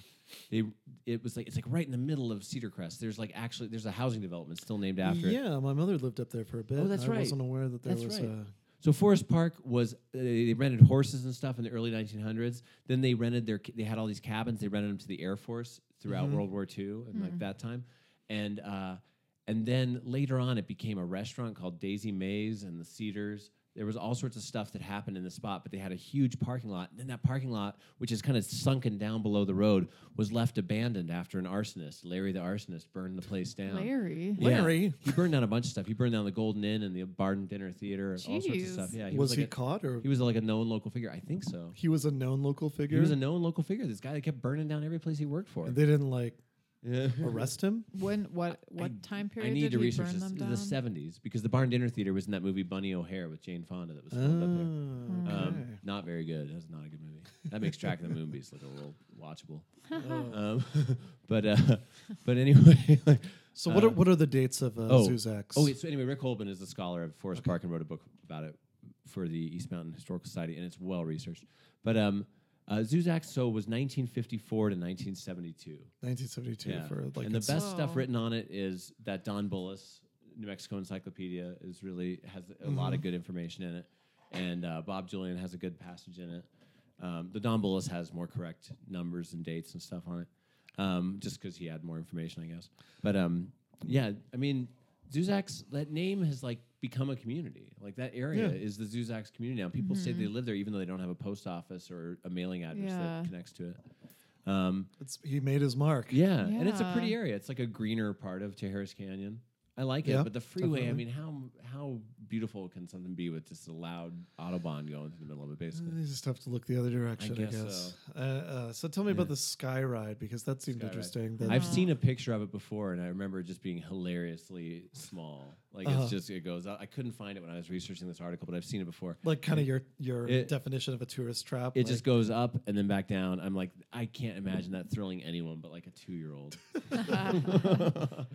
Speaker 2: they it was like it's like right in the middle of Cedar Crest. There's like actually there's a housing development still named after it.
Speaker 1: yeah, my mother lived up there for a bit.
Speaker 2: Oh, that's
Speaker 1: and I
Speaker 2: right.
Speaker 1: wasn't aware that there
Speaker 2: That's
Speaker 1: was
Speaker 2: right.
Speaker 1: a.
Speaker 2: So Forest Park was uh, they they rented horses and stuff in the early 1900s. Then they rented their they had all these cabins. They rented them to the Air Force throughout
Speaker 3: Mm-hmm.
Speaker 2: World War II and like that time, and uh, and then later on it became a restaurant called Daisy Mays and the Cedars. There was all sorts of stuff that happened in the spot, but they had a huge parking lot. And then that parking lot, which is kind of sunken down below the road, was left abandoned after an arsonist, Larry the arsonist, burned the place down.
Speaker 3: larry
Speaker 2: Yeah.
Speaker 1: Larry?
Speaker 2: He burned down a bunch of stuff. He burned down the Golden Inn and the Barden Dinner Theater, and all sorts of
Speaker 3: Jeez.
Speaker 2: stuff. Yeah,
Speaker 1: was,
Speaker 2: like
Speaker 1: he
Speaker 2: a-
Speaker 1: caught or
Speaker 2: he was like a known local figure. I think so.
Speaker 1: he was a known local figure?
Speaker 2: He was a known local figure. This guy that kept burning down every place he worked for.
Speaker 1: and they didn't like
Speaker 2: Yeah.
Speaker 1: arrest him.
Speaker 3: when what what time
Speaker 2: I
Speaker 3: period
Speaker 2: need
Speaker 3: did
Speaker 2: to
Speaker 3: he
Speaker 2: research
Speaker 3: burn
Speaker 2: this.
Speaker 3: them
Speaker 2: It
Speaker 3: down
Speaker 2: was The 70s, because the Barn Dinner Theater was in that movie Bunny O'Hare with Jane Fonda that was
Speaker 1: Oh,
Speaker 2: filmed up there.
Speaker 1: okay.
Speaker 2: Um, not very good. That was not a good movie. That makes Track of the Moonbeast look a little watchable.
Speaker 1: Uh, Oh.
Speaker 2: um, but uh, but anyway, like,
Speaker 1: so what
Speaker 2: uh,
Speaker 1: are what are the dates of uh,
Speaker 2: oh.
Speaker 1: Zuzak's?
Speaker 2: Oh, wait, so anyway, Rick Holman is a scholar of Forest Park and wrote a book about it for the East Mountain Historical Society, and it's well researched. But um, uh, Zuzak so was 1954 to 1972.
Speaker 1: 1972 for like
Speaker 2: and the
Speaker 1: it's-
Speaker 2: best stuff
Speaker 3: Wow.
Speaker 2: written on it is that Don Bullis, New Mexico Encyclopedia, is really has a lot
Speaker 1: Mm-hmm.
Speaker 2: of good information in it, and uh, Bob Julian has a good passage in it. Um, the Don Bullis has more correct numbers and dates and stuff on it, um, just because he had more information, I guess. But um, yeah, I mean, Zuzak's that name has like become a community. Like that area
Speaker 1: Yeah.
Speaker 2: is the Zuzak's community now. People say they live there even though they don't have a post office or a mailing address
Speaker 3: Yeah.
Speaker 2: that connects to it. Um,
Speaker 1: it's- he made his mark.
Speaker 2: yeah, and it's a
Speaker 3: Yeah.
Speaker 2: pretty area. It's like a greener part of Tejeras Canyon. I like
Speaker 1: Yeah,
Speaker 2: it, but the freeway. I
Speaker 1: definitely.
Speaker 2: mean, how how beautiful can something be with just a loud autobahn going through the middle of it? Basically,
Speaker 1: Uh, You just have to look the other direction, I guess.
Speaker 2: guess
Speaker 1: Uh, uh, so tell me about the sky ride because that seemed
Speaker 2: Skyride.
Speaker 1: interesting. That
Speaker 2: I've seen a picture of it before, and I remember it just being hilariously small. Like
Speaker 1: Uh-huh.
Speaker 2: it's just it goes. out. I couldn't find it when I was researching this article, but I've seen it before.
Speaker 1: like kind of your your
Speaker 2: It-
Speaker 1: definition of a tourist trap.
Speaker 2: It
Speaker 1: like,
Speaker 2: just goes up and then back down. I'm like, I can't imagine that thrilling anyone but like a two year old. a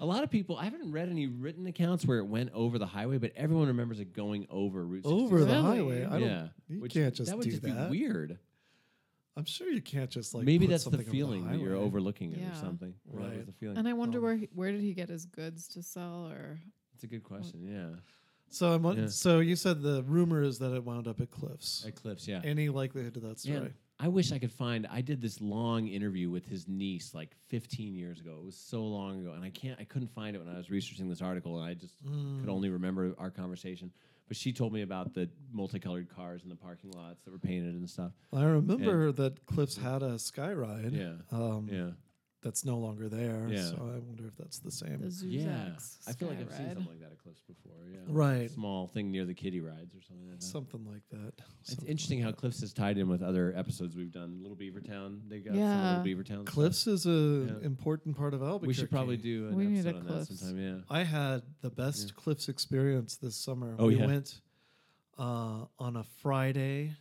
Speaker 2: lot of people, I haven't read any written accounts where it went over the highway, but everyone remembers it going over Route 66.
Speaker 1: over the
Speaker 3: Really?
Speaker 1: highway. I don't,
Speaker 2: yeah,
Speaker 1: you can't just
Speaker 2: that would
Speaker 1: do
Speaker 2: just
Speaker 1: that.
Speaker 2: be weird.
Speaker 1: I'm sure you can't just like
Speaker 2: Maybe
Speaker 1: put
Speaker 2: that's the
Speaker 1: something over
Speaker 2: feeling that you're
Speaker 1: highway.
Speaker 2: overlooking it or
Speaker 3: Yeah.
Speaker 2: something. Or That
Speaker 1: Right.
Speaker 2: was the feeling.
Speaker 3: and i wonder where he, where did he get his goods to sell or
Speaker 2: It's a good question. Yeah,
Speaker 1: So I'm won-
Speaker 2: Yeah.
Speaker 1: so you said the rumor is that it wound up at Cliffs.
Speaker 2: Eclipse. Yeah.
Speaker 1: Any likelihood to that
Speaker 2: Yeah,
Speaker 1: story?
Speaker 2: I wish I could find. I did this long interview with his niece like 15 years ago. It was so
Speaker 1: Mm.
Speaker 2: long ago, and I can't. I couldn't find it when I was researching this article, and I just could only remember our conversation. But she told me about the multicolored cars in the parking lots that were painted and stuff.
Speaker 1: I remember that Cliff's had a sky ride.
Speaker 2: Yeah.
Speaker 1: Um,
Speaker 2: Yeah.
Speaker 1: That's no longer there.
Speaker 2: Yeah.
Speaker 1: So I wonder if that's the
Speaker 3: The
Speaker 1: same.
Speaker 3: Zuzak's
Speaker 2: Yeah. I feel like I've seen
Speaker 3: Skyride.
Speaker 2: something like that at Cliffs before. Yeah.
Speaker 1: Right.
Speaker 2: Small thing near the kiddie rides or something like that.
Speaker 1: Something like that.
Speaker 2: It's
Speaker 1: Something like
Speaker 2: interesting how
Speaker 1: that.
Speaker 2: Cliffs is tied in with other episodes we've done. Little Beaver Town, they got some
Speaker 3: Yeah.
Speaker 2: Little Beaver Town. stuff.
Speaker 1: Cliffs is a
Speaker 2: Yeah.
Speaker 1: important part of Albuquerque.
Speaker 2: We should probably do an
Speaker 3: We need
Speaker 2: episode
Speaker 3: a
Speaker 2: on that
Speaker 3: Cliffs.
Speaker 2: sometime. Yeah.
Speaker 1: I had the best Cliffs experience this summer.
Speaker 2: Oh,
Speaker 1: we
Speaker 2: yeah.
Speaker 1: went uh, on a Friday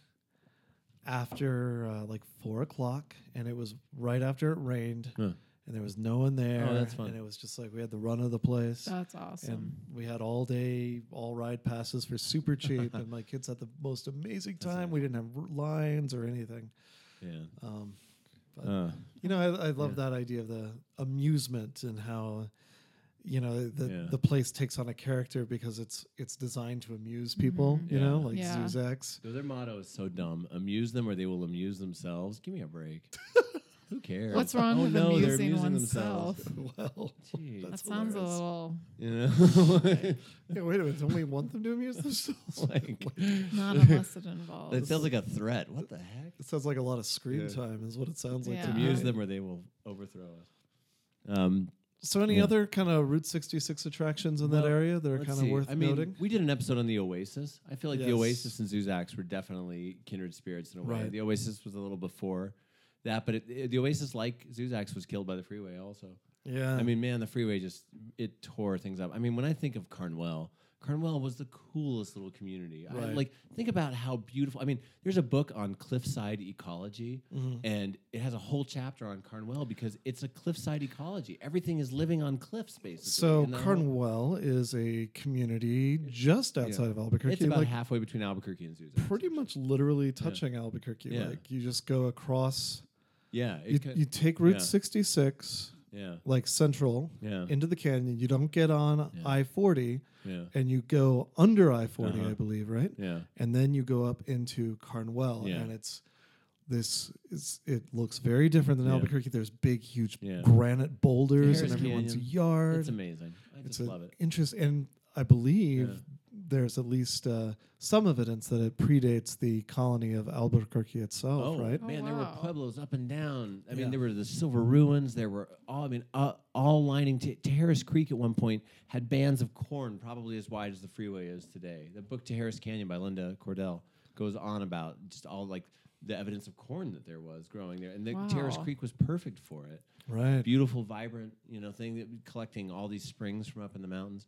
Speaker 1: after uh, like four o'clock, and it was right after it rained,
Speaker 2: Huh. Oh,
Speaker 1: and there was no one there.
Speaker 2: that's fun.
Speaker 1: And it was just like we had the run of the place.
Speaker 3: That's awesome.
Speaker 1: and we had all day all ride passes for super cheap and my kids had the most amazing time we didn't have r- lines or anything
Speaker 2: Yeah.
Speaker 1: um,
Speaker 2: Uh,
Speaker 1: you know i, I love
Speaker 2: Yeah.
Speaker 1: that idea of the amusement and how you know the,
Speaker 2: Yeah.
Speaker 1: the place takes on a character because it's it's designed to amuse people you know
Speaker 2: Mm-hmm. Yeah.
Speaker 1: like
Speaker 3: Yeah.
Speaker 1: Zuzak's.
Speaker 2: so their motto is so dumb. Amuse them or they will amuse themselves. Give me a break. Who cares?
Speaker 3: What's wrong
Speaker 2: oh,
Speaker 3: with
Speaker 2: no, they're
Speaker 3: amusing
Speaker 2: amusing
Speaker 3: oneself?
Speaker 2: themselves.
Speaker 1: well
Speaker 2: Gee,
Speaker 3: that
Speaker 1: That's
Speaker 3: sounds a
Speaker 1: hilarious.
Speaker 3: little
Speaker 2: you know?
Speaker 1: yeah, wait a minute don't we want them to amuse themselves
Speaker 2: like,
Speaker 3: not unless it involves.
Speaker 2: that sounds like a threat. What the heck?
Speaker 1: it sounds like a lot of screen
Speaker 2: Yeah.
Speaker 1: time is what it sounds like to
Speaker 3: Yeah.
Speaker 1: me
Speaker 2: Amuse them or they will overthrow us. Um,
Speaker 1: so any
Speaker 2: Yeah.
Speaker 1: other kind of route 66 attractions in that
Speaker 2: Well,
Speaker 1: area that are
Speaker 2: Let's
Speaker 1: kind of
Speaker 2: see.
Speaker 1: worth
Speaker 2: I mean,
Speaker 1: noting
Speaker 2: We did an episode on the Oasis. I feel like the
Speaker 1: Yes.
Speaker 2: Oasis and Zuzak's were definitely kindred spirits in a way.
Speaker 1: Right.
Speaker 2: The Oasis was a little before that, but it, it- the Oasis, like Zuzak's, was killed by the freeway. Also,
Speaker 1: yeah
Speaker 2: I mean, man, the freeway just it tore things up. I mean, when I think of Carnwell. Carnwell was the coolest little community. I-
Speaker 1: Right.
Speaker 2: like, think about how beautiful. I mean, there's a book on cliffside ecology,
Speaker 1: Mm-hmm.
Speaker 2: and it has a whole chapter on Carnwell because it's a cliffside ecology. Everything is living on cliffs, basically.
Speaker 1: So
Speaker 2: and that whole-
Speaker 1: Carnwell is a community just outside of Albuquerque,
Speaker 2: It's about
Speaker 1: like
Speaker 2: halfway between Albuquerque and Zuzak.
Speaker 1: pretty much literally touching Albuquerque.
Speaker 2: Yeah.
Speaker 1: Like you just go across,
Speaker 2: Yeah. It
Speaker 1: you,
Speaker 2: could,
Speaker 1: you take Route
Speaker 2: yeah.
Speaker 1: 66,
Speaker 2: yeah.
Speaker 1: like Central,
Speaker 2: Yeah.
Speaker 1: into the canyon. You don't get on
Speaker 2: Yeah.
Speaker 1: I 40,
Speaker 2: Yeah.
Speaker 1: and you go under I 40,
Speaker 2: Uh-huh.
Speaker 1: I believe, right?
Speaker 2: Yeah.
Speaker 1: And then you go up into Carnwell,
Speaker 2: Yeah.
Speaker 1: and it's this. It's, it looks very different than
Speaker 2: Yeah.
Speaker 1: Albuquerque. There's big, huge
Speaker 2: Yeah.
Speaker 1: granite boulders in
Speaker 2: Harris
Speaker 1: everyone's
Speaker 2: Canyon.
Speaker 1: yard.
Speaker 2: It's amazing. I
Speaker 1: It's
Speaker 2: just
Speaker 1: an
Speaker 2: love it.
Speaker 1: Interest, and I believe
Speaker 2: Yeah.
Speaker 1: there's at least uh, some evidence that it predates the colony of Albuquerque itself,
Speaker 2: Oh,
Speaker 1: right?
Speaker 2: man,
Speaker 3: Oh,
Speaker 2: there were
Speaker 3: wow.
Speaker 2: pueblos up and down. I
Speaker 1: Yeah.
Speaker 2: mean, there were the silver ruins. There were all, I mean, uh, all lining t- Harris Creek at one point had bands of corn probably as wide as the freeway is today. The book To Harris Canyon by Linda Cordell goes on about just all like the evidence of corn that there was growing there. And the Terrace
Speaker 3: Wow.
Speaker 2: Creek was perfect for it.
Speaker 1: Right.
Speaker 2: beautiful, vibrant, you know, thing that collecting all these springs from up in the mountains.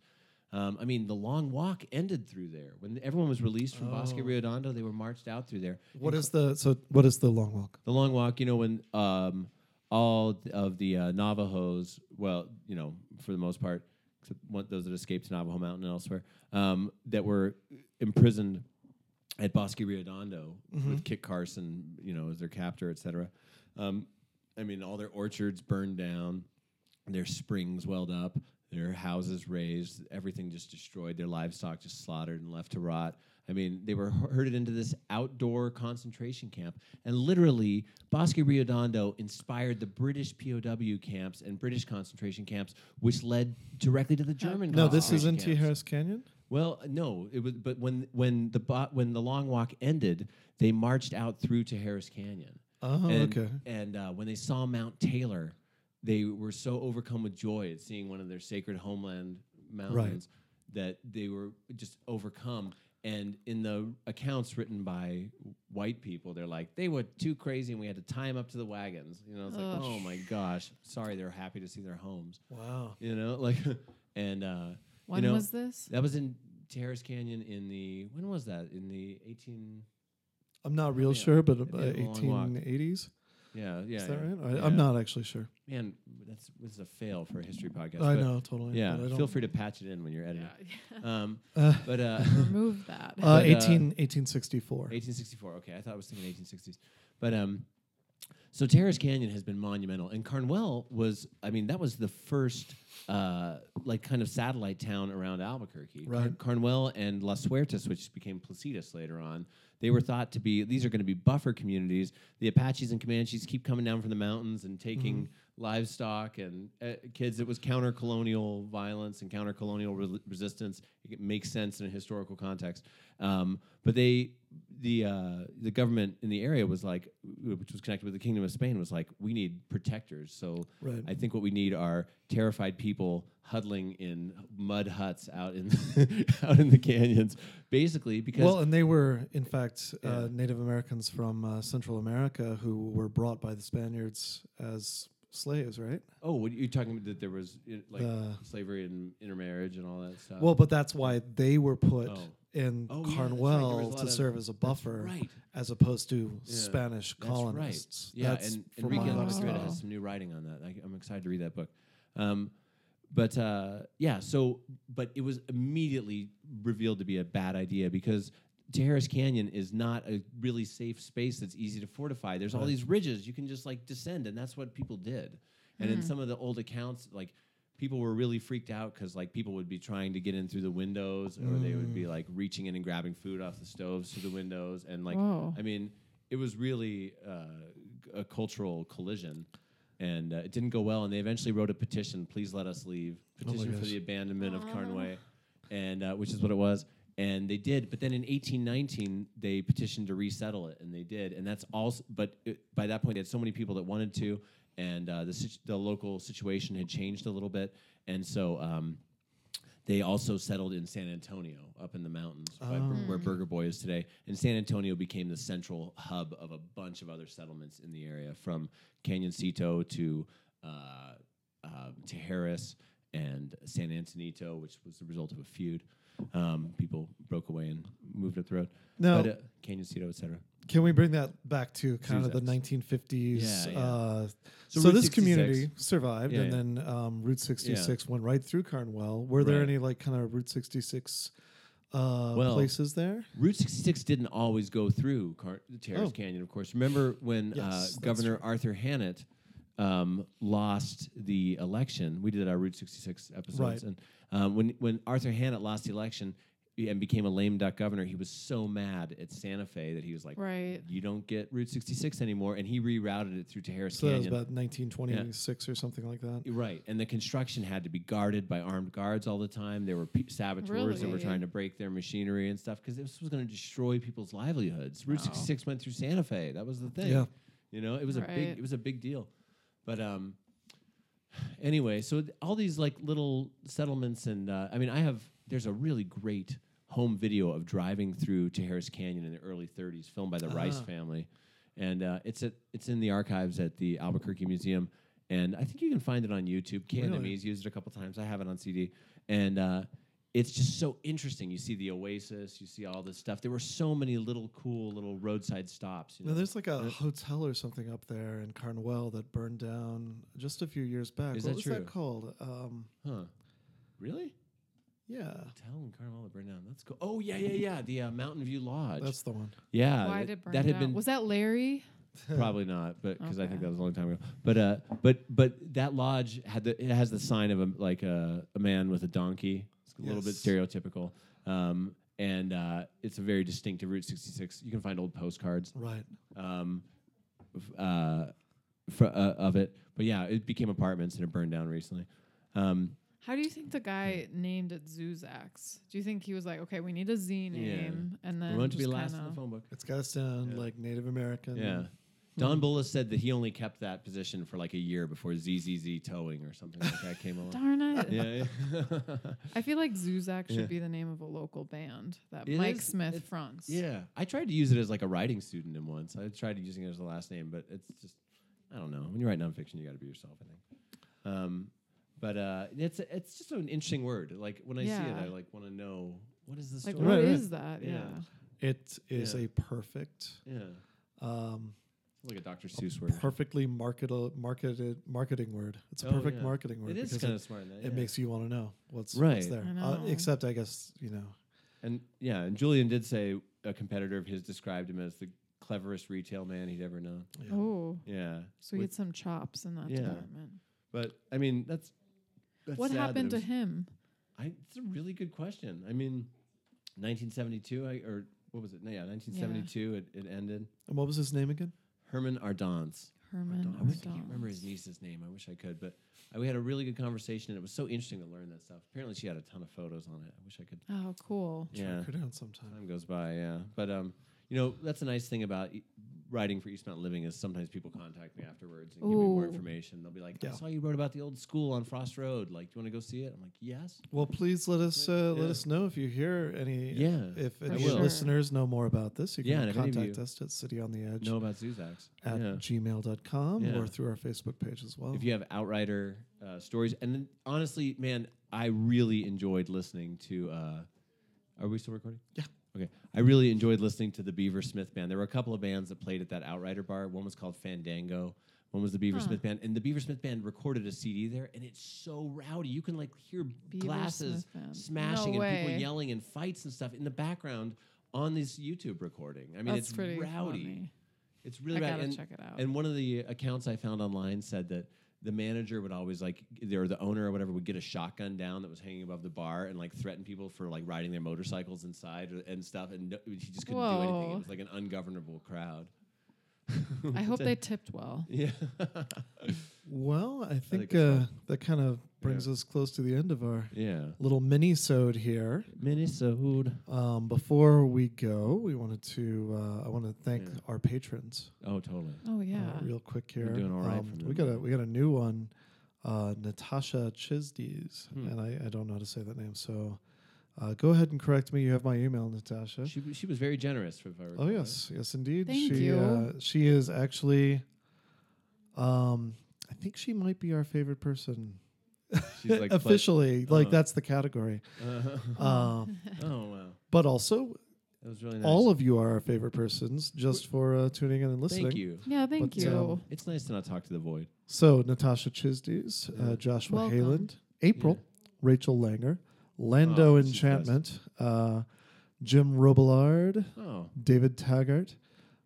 Speaker 2: Um, I mean, the long walk ended through there. When everyone was released from Bosque
Speaker 1: Oh.
Speaker 2: Riodondo, they were marched out through there.
Speaker 1: What is the so? What is the long walk?
Speaker 2: The long walk, you know, when um, all th- of the uh, Navajos, well, you know, for the most part, except one, those that escaped to Navajo Mountain and elsewhere, um, that were imprisoned at Bosque Riodondo
Speaker 1: Mm-hmm.
Speaker 2: with Kit Carson, you know, as their captor, et cetera. Um, I mean, all their orchards burned down, their springs welled up, their houses razed, everything just destroyed, their livestock just slaughtered and left to rot. I mean, they were her- herded into this outdoor concentration camp. And literally, Bosque Riodondo inspired the British POW camps and British concentration camps, which led directly to the German
Speaker 1: No, this is
Speaker 2: concentration
Speaker 1: in T.
Speaker 2: camps.
Speaker 1: Harris Canyon.
Speaker 2: Well, uh, no, it was. But when when the bo- when the long walk ended, they marched out through to Harris Canyon.
Speaker 1: Oh,
Speaker 2: and,
Speaker 1: okay.
Speaker 2: And uh, when they saw Mount Taylor, they were so overcome with joy at seeing one of their sacred homeland mountains that they were just overcome. And in the accounts written by white people, they're like, they were too crazy, and we had to tie them up to the wagons. You know, it's like,
Speaker 3: Ugh.
Speaker 2: oh my gosh, sorry, they're happy to see their homes.
Speaker 1: Wow.
Speaker 2: You know, like, and uh,
Speaker 3: When
Speaker 2: you know,
Speaker 3: was this?
Speaker 2: that was in Terrace Canyon in the when was that? In the eighteen
Speaker 1: I'm not real
Speaker 2: Oh, yeah.
Speaker 1: sure, but uh,
Speaker 2: It'd be a long walk.
Speaker 1: 1880s.
Speaker 2: yeah, yeah.
Speaker 1: is that
Speaker 2: yeah.
Speaker 1: right? I,
Speaker 2: yeah.
Speaker 1: I'm not actually sure.
Speaker 2: man, that's this is a fail for a history podcast.
Speaker 1: I
Speaker 2: but
Speaker 1: know totally.
Speaker 2: Yeah.
Speaker 1: but I
Speaker 2: Feel
Speaker 1: don't-
Speaker 2: free to patch it in when you're editing. Um
Speaker 1: Uh,
Speaker 2: but uh
Speaker 3: Remove that.
Speaker 1: uh,
Speaker 2: But, uh,
Speaker 1: 18 1864.
Speaker 2: 1864. Okay, I thought I was thinking 1860s. But um So Terrace Canyon has been monumental, and Carnwell was. I mean, that was the first, uh, like, kind of satellite town around Albuquerque. Car-
Speaker 1: Right.
Speaker 2: Carnwell and Las Suertes, which became Placidas later on, they were thought to be. These are going to be buffer communities. The Apaches and Comanches keep coming down from the mountains and taking livestock and uh, kids. It was counter-colonial violence and counter-colonial re- resistance. It makes sense in a historical context. Um, but they, the uh, the government in the area was like, which was connected with the Kingdom of Spain, was like, we need protectors. So
Speaker 1: Right.
Speaker 2: I think what we need are terrified people huddling in mud huts out in out in the canyons, basically because
Speaker 1: Well, and they were, in fact,
Speaker 2: Yeah.
Speaker 1: uh, Native Americans from uh, Central America who were brought by the Spaniards as slaves, right?
Speaker 2: oh, what you're talking about that there was uh, like
Speaker 1: The-
Speaker 2: slavery and intermarriage and all that stuff.
Speaker 1: Well, but that's why they were put
Speaker 2: Oh.
Speaker 1: in
Speaker 2: Oh, yeah, that's right. There
Speaker 1: Carnwell
Speaker 2: was a lot
Speaker 1: to
Speaker 2: of-
Speaker 1: serve as a buffer,
Speaker 2: right.
Speaker 1: as opposed to
Speaker 2: Yeah,
Speaker 1: Spanish colonists.
Speaker 2: That's right. Yeah,
Speaker 1: That's
Speaker 2: and
Speaker 1: from
Speaker 2: Enrique
Speaker 1: my
Speaker 3: Wow.
Speaker 2: Almaguer
Speaker 1: understanding.
Speaker 3: Almagreta.
Speaker 2: has some new writing on that. I, I'm excited to read that book. Um, but uh, yeah, so but it was immediately revealed to be a bad idea because Harris Canyon is not a really safe space that's easy to fortify. There's all
Speaker 1: Right.
Speaker 2: these ridges you can just like descend, and that's what people did. And in some of the old accounts, like people were really freaked out because like people would be trying to get in through the windows, or they would be like reaching in and grabbing food off the stoves through the windows, and like
Speaker 3: Whoa.
Speaker 2: I mean, it was really uh, g- a cultural collision, and uh, it didn't go well. And they eventually wrote a petition: "Please let us leave."
Speaker 1: my
Speaker 2: Petition for
Speaker 1: gosh.
Speaker 2: the abandonment of Carnway, and uh, which is what it was. And they did, but then in 1819 they petitioned to resettle it, and they did, and that's also. But it, by that point, they had so many people that wanted to, and uh, the situ- the local situation had changed a little bit, and so. Um, they also settled in San Antonio, up in the mountains, by
Speaker 1: Oh.
Speaker 2: Bur- where Burger Boy is today. And San Antonio became the central hub of a bunch of other settlements in the area, from Canyoncito to uh, um, to Harris and San Antonito, which was the result of a feud. Um, people broke away and moved up the road.
Speaker 1: Now-
Speaker 2: but, uh, Canyoncito, et cetera.
Speaker 1: Can we bring that back to kind of the
Speaker 2: Zuzaks.
Speaker 1: 1950s?
Speaker 2: Yeah, yeah.
Speaker 1: Uh,
Speaker 2: So
Speaker 1: so
Speaker 2: Route
Speaker 1: this
Speaker 2: 66.
Speaker 1: community survived,
Speaker 2: Yeah,
Speaker 1: and
Speaker 2: yeah.
Speaker 1: then um, Route 66 went right through Carnwell. Were there
Speaker 2: Right.
Speaker 1: any like kind of Route 66 uh,
Speaker 2: Well,
Speaker 1: places there?
Speaker 2: Route 66 didn't always go through Car- the Terrace
Speaker 1: Oh.
Speaker 2: Canyon, of course. Remember when
Speaker 1: Yes,
Speaker 2: uh,
Speaker 1: that's
Speaker 2: Governor Arthur Hannett um, lost the election? We did our Route 66 episodes.
Speaker 1: Right.
Speaker 2: And um, when, when Arthur Hannett lost the election and became a lame duck governor, he was so mad at Santa Fe that he was like,
Speaker 3: Right.
Speaker 2: you don't get Route 66 anymore. And he rerouted it through Terrace
Speaker 1: So that was
Speaker 2: Canyon.
Speaker 1: about 1926 or something like that.
Speaker 2: Right, and the construction had to be guarded by armed guards all the time. There were pe- saboteurs that were
Speaker 3: Really?
Speaker 2: trying to break their machinery and stuff because this was going to destroy people's livelihoods. Route
Speaker 3: Wow.
Speaker 2: 66 went through Santa Fe. That was the thing.
Speaker 1: Yeah.
Speaker 2: You know, it was a
Speaker 3: Right.
Speaker 2: big it was a big deal. But um anyway, so th- all these like little settlements and uh, I mean, I have there's a really great home video of driving through to Harris Canyon in the early 30s, filmed by the Rice
Speaker 3: Uh-huh.
Speaker 1: Ah.
Speaker 2: family, and uh, it's at it's in the archives at the Albuquerque Museum, and I think you can find it on YouTube. KNME's
Speaker 1: Really?
Speaker 2: used it a couple times. I have it on CD, and. Uh, it's just so interesting. You see the oasis, you see all this stuff. There were so many little cool little roadside stops. You know?
Speaker 1: Now, there's like a
Speaker 2: Uh,
Speaker 1: hotel or something up there in Carnwell that burned down just a few years back.
Speaker 2: Is
Speaker 1: what
Speaker 2: that
Speaker 1: was
Speaker 2: true?
Speaker 1: that called? Um,
Speaker 2: huh? Really?
Speaker 1: yeah,
Speaker 2: Hotel in Carmel that burned down. That's cool. Oh yeah, yeah, yeah. The uh, Mountain View Lodge.
Speaker 1: that's the one.
Speaker 2: yeah.
Speaker 3: Why
Speaker 2: that,
Speaker 3: did burn
Speaker 2: that had
Speaker 3: down?
Speaker 2: been
Speaker 3: Was that Larry?
Speaker 2: probably not, but because I think
Speaker 3: Okay.
Speaker 2: that was a long time ago. But uh, but but that lodge had the it has the sign of a like uh, a, a man with a donkey. It's a little bit
Speaker 1: Yes.
Speaker 2: stereotypical. Um, and uh, it's a very distinctive Route 66. You can find old postcards
Speaker 1: Right.
Speaker 2: um, f- uh, fr- uh, of it. But yeah, it became apartments and it burned down recently. Um,
Speaker 3: How do you think the guy
Speaker 2: Hmm.
Speaker 3: named it Zuzax? Do you think he was like, okay, we need a Z name, and then
Speaker 2: we want to be
Speaker 3: just
Speaker 2: last in the
Speaker 3: kinda- Mm-hmm.
Speaker 2: phone book.
Speaker 1: It's got to sound like Native American.
Speaker 2: Yeah. Don Bullis said that he only kept that position for like a year before ZZZ towing or something like that came along.
Speaker 3: Darn it!
Speaker 2: Yeah.
Speaker 3: I feel like Zuzak should
Speaker 2: Yeah.
Speaker 3: be the name of a local band that
Speaker 2: It
Speaker 3: Mike
Speaker 2: is-
Speaker 3: Smith
Speaker 2: it-
Speaker 3: fronts.
Speaker 2: yeah. I tried to use it as like a writing pseudonym once. I tried using it as a last name, but it's just, I don't know. When you write nonfiction, you got to be yourself, I think. Um, but uh, it's it's just an interesting word. Like when I see it,
Speaker 3: Yeah.
Speaker 2: I like want to know what is the
Speaker 3: Like,
Speaker 2: story.
Speaker 3: what is
Speaker 1: Right, right.
Speaker 3: that? Yeah.
Speaker 2: Yeah.
Speaker 1: It is
Speaker 2: Yeah.
Speaker 1: a perfect,
Speaker 2: Yeah,
Speaker 1: um,
Speaker 2: like a Dr. Seuss word.
Speaker 1: perfectly marketed, marketed marketing word. It's a
Speaker 2: Oh,
Speaker 1: perfect
Speaker 2: yeah.
Speaker 1: marketing word
Speaker 2: It is
Speaker 1: because
Speaker 2: kind of smart. in that,
Speaker 1: it, it
Speaker 2: yeah.
Speaker 1: makes you want to know what's, what's
Speaker 2: Right.
Speaker 1: there.
Speaker 3: I
Speaker 1: Uh,
Speaker 3: know.
Speaker 1: except, I guess you know.
Speaker 2: And yeah, and Julian did say a competitor of his described him as the cleverest retail man he'd ever known.
Speaker 1: Yeah.
Speaker 3: Oh,
Speaker 2: Yeah.
Speaker 3: so he
Speaker 2: With-
Speaker 3: had some chops in that
Speaker 2: Yeah.
Speaker 3: department.
Speaker 2: but I mean, that's, that's
Speaker 3: what
Speaker 2: sad that
Speaker 3: happened
Speaker 2: it
Speaker 3: to
Speaker 2: was-
Speaker 3: him?
Speaker 2: I, it's a really good question. I mean, 1972, I, or what was it? No, yeah, 1972. It, it ended.
Speaker 1: And what was his name again?
Speaker 2: Herman Ardance.
Speaker 3: Herman.
Speaker 2: I wish- I can't remember his
Speaker 3: Ardant.
Speaker 2: niece's name. I wish I could, but I, we had a really good conversation, and it was so interesting to learn that stuff. Apparently, she had a ton of photos on it. I wish I could.
Speaker 3: Oh, cool.
Speaker 2: Yeah,
Speaker 1: Track her down sometime.
Speaker 2: time goes by. Yeah, but um, you know, that's a nice thing about e- writing for East Mountain Living is sometimes people contact me afterwards and give me more
Speaker 3: Ooh.
Speaker 2: information. They'll be like, "I
Speaker 1: Yeah.
Speaker 2: saw you wrote about the old school on Frost Road. Like, do you want to go see it?" I'm like, "Yes."
Speaker 1: Well, please let us uh,
Speaker 2: Yeah.
Speaker 1: let us know if you hear any.
Speaker 2: Yeah,
Speaker 1: If
Speaker 2: I
Speaker 1: any
Speaker 2: will.
Speaker 1: listeners know more about this, you can
Speaker 2: Yeah, and if any of
Speaker 1: contact
Speaker 2: you
Speaker 1: us at City on the Edge
Speaker 2: Know about Zuzak's?
Speaker 1: at
Speaker 2: yeah.
Speaker 1: gmail.com
Speaker 2: Yeah.
Speaker 1: or through our Facebook page as well.
Speaker 2: If you have Outrider uh, stories, and then honestly, man, I really enjoyed listening to. Uh, are we still recording?
Speaker 1: Yeah.
Speaker 2: Okay. I really enjoyed listening to the Beaver Smith band. There were a couple of bands that played at that Outrider bar. One was called Fandango. One was the Beaver
Speaker 3: Huh.
Speaker 2: Smith band, and the Beaver Smith band recorded a CD there, and it's so rowdy. You can like hear
Speaker 3: Beaver
Speaker 2: glasses
Speaker 3: Smith band.
Speaker 2: smashing
Speaker 3: No
Speaker 2: and people
Speaker 3: way.
Speaker 2: yelling and fights and stuff in the background on this YouTube recording. I mean,
Speaker 3: That's
Speaker 2: it's
Speaker 3: pretty
Speaker 2: rowdy.
Speaker 3: funny.
Speaker 2: It's really
Speaker 3: I
Speaker 2: bad.
Speaker 3: gotta
Speaker 2: and,
Speaker 3: check it out.
Speaker 2: And one of the accounts I found online said that the manager would always like, g- or the owner or whatever, would get a shotgun down that was hanging above the bar and like threaten people for like riding their motorcycles inside or, and stuff. And no, he just couldn't do anything. It
Speaker 3: Whoa.
Speaker 2: was like an ungovernable crowd.
Speaker 3: I hope they tipped well.
Speaker 2: Yeah.
Speaker 1: well, I think,
Speaker 2: that's
Speaker 1: uh,
Speaker 2: fine.
Speaker 1: that kind of brings us close to the end of our
Speaker 2: yeah.
Speaker 1: little mini-sode here.
Speaker 2: Minnesota.
Speaker 1: Um, before we go, we wanted to. Uh, I want to thank
Speaker 2: Yeah.
Speaker 1: our patrons
Speaker 2: Oh, totally.
Speaker 3: Oh
Speaker 1: uh,
Speaker 3: yeah.
Speaker 1: real quick here.
Speaker 2: We're doing all right
Speaker 1: Um,
Speaker 2: for
Speaker 1: we
Speaker 2: them.
Speaker 1: got a we got a new one, uh, Natasha Chisdes,
Speaker 2: Hmm.
Speaker 1: and I, I don't know how to say that name. So, uh, go ahead and correct me. You have my email, Natasha.
Speaker 2: She, w- she was very generous. If I recall
Speaker 1: Oh
Speaker 2: right.
Speaker 1: yes, yes indeed.
Speaker 3: Thank
Speaker 1: she
Speaker 3: you.
Speaker 1: Uh, she is actually. Um, I think she might be our favorite person
Speaker 2: She's like play-
Speaker 1: officially. Like
Speaker 2: Uh-huh.
Speaker 1: that's the category.
Speaker 2: Uh-huh.
Speaker 1: Um,
Speaker 2: oh wow,
Speaker 1: but also,
Speaker 2: that was really nice.
Speaker 1: all of you are our favorite persons just for uh, tuning in and listening.
Speaker 2: Thank you.
Speaker 3: Yeah, thank
Speaker 1: But,
Speaker 3: you.
Speaker 1: um,
Speaker 2: It's nice to not talk to the void.
Speaker 1: So Natasha Chisdes,
Speaker 2: Yeah.
Speaker 1: uh, Joshua
Speaker 3: Welcome.
Speaker 1: Hayland, April, Rachel Langer, Lando
Speaker 2: Oh, she's
Speaker 1: Enchantment, uh, Jim Robillard,
Speaker 2: Oh,
Speaker 1: David Taggart,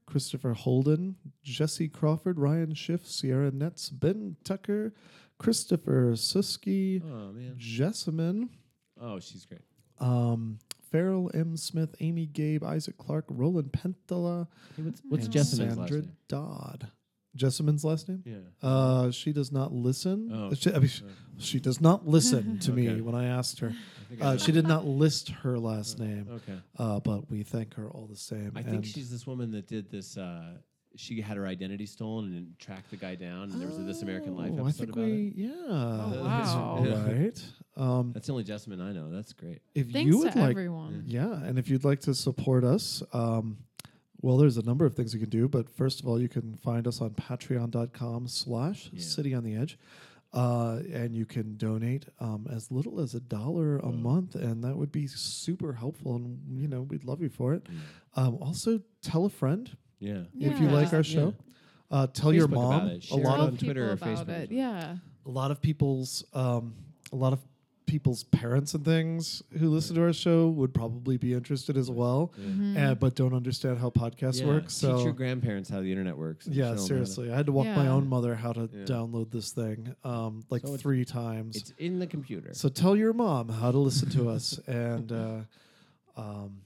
Speaker 1: Christopher Holden, Jesse Crawford, Ryan Schiff, Sierra Nets, Ben Tucker, Christopher Susky,
Speaker 2: oh man.
Speaker 1: Jessamine,
Speaker 2: Oh, she's great.
Speaker 1: um, Farrell M. Smith, Amy Gabe, Isaac Clark, Roland Pentala,
Speaker 2: Hey, what's what's
Speaker 1: and
Speaker 2: Jessamine's last
Speaker 1: Sandra
Speaker 2: name?
Speaker 1: Dodd. Jessamine's last name?
Speaker 2: Yeah.
Speaker 1: Uh, she does not listen.
Speaker 2: Oh.
Speaker 1: She, I mean, she,
Speaker 2: Uh,
Speaker 1: she does not listen to me
Speaker 2: Okay.
Speaker 1: when I asked her.
Speaker 2: I think I
Speaker 1: Uh,
Speaker 2: know.
Speaker 1: she did not list her last name,
Speaker 2: Okay.
Speaker 1: uh, but we thank her all the same.
Speaker 2: I think
Speaker 1: and-
Speaker 2: she's this woman that did this. Uh, she had her identity stolen and then tracked the guy down, and there was a This American Life
Speaker 1: Oh,
Speaker 2: episode
Speaker 1: I think
Speaker 2: about
Speaker 1: we,
Speaker 2: it.
Speaker 1: yeah.
Speaker 3: Oh,
Speaker 2: wow.
Speaker 1: Right. Um,
Speaker 2: That's the only Jessamine I know. That's great.
Speaker 1: if
Speaker 3: Thanks
Speaker 1: you would
Speaker 3: to
Speaker 1: like,
Speaker 3: everyone.
Speaker 1: yeah, and if you'd like to support us, um, well, there's a number of things you can do, but first of all, you can find us on patreon.com slash
Speaker 2: Yeah.
Speaker 1: city on the edge. Uh, and you can donate um, as little as a dollar a month, and that would be super helpful. And you know, we'd love you for it. Um, also, tell a friend
Speaker 2: Yeah.
Speaker 1: if you like
Speaker 3: Yeah.
Speaker 1: our show. Uh, tell your
Speaker 2: Facebook about
Speaker 1: mom.
Speaker 2: it.
Speaker 1: A lot
Speaker 2: Share
Speaker 3: Tell
Speaker 2: it.
Speaker 1: of
Speaker 2: on
Speaker 3: people
Speaker 2: Twitter or
Speaker 3: about
Speaker 2: Facebook.
Speaker 3: it. Yeah.
Speaker 1: a lot of people's um, a lot of people's parents and things who listen to our show would probably be interested as well,
Speaker 3: Mm-hmm.
Speaker 1: uh, but don't understand how podcasts
Speaker 2: Yeah,
Speaker 1: work.
Speaker 2: Teach your
Speaker 1: So
Speaker 2: grandparents how the internet works. and show
Speaker 1: yeah,
Speaker 2: 'em how to-
Speaker 1: seriously, I had to walk my
Speaker 3: Yeah.
Speaker 1: own mother how to
Speaker 2: Yeah.
Speaker 1: download this thing um, like
Speaker 2: So it's-
Speaker 1: three times.
Speaker 2: It's in the computer.
Speaker 1: So tell your mom how to listen to us, and uh, um,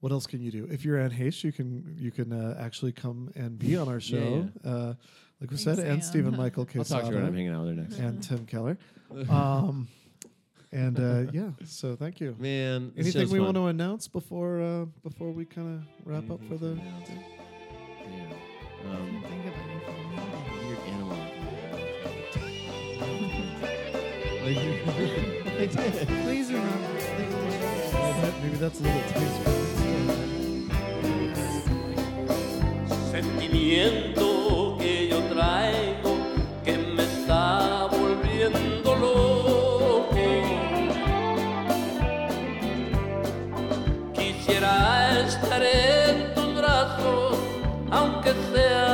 Speaker 1: what else can you do? If you're Anne Hayes, you can you can uh, actually come and be on our show. Uh, like we said,
Speaker 3: Thanks, Anne.
Speaker 1: and Stephen Michael
Speaker 2: I'll talk to her when I'm
Speaker 1: Quesada
Speaker 2: hanging out with her next.
Speaker 1: and Tim Keller, um, and uh, yeah. So thank you.
Speaker 2: Man, this
Speaker 1: Anything
Speaker 2: show's
Speaker 1: we
Speaker 2: fun. Mm-hmm.
Speaker 1: want to announce before uh, before we kind of wrap up for the?
Speaker 2: Yeah.
Speaker 3: I
Speaker 2: Um,
Speaker 3: can't think of anything.
Speaker 2: weird animal. Like, I did.
Speaker 3: Please remember.
Speaker 1: Maybe that's a little taste.
Speaker 4: sentimiento que yo traigo que me está volviendo loco. Quisiera estar en tus brazos, aunque sea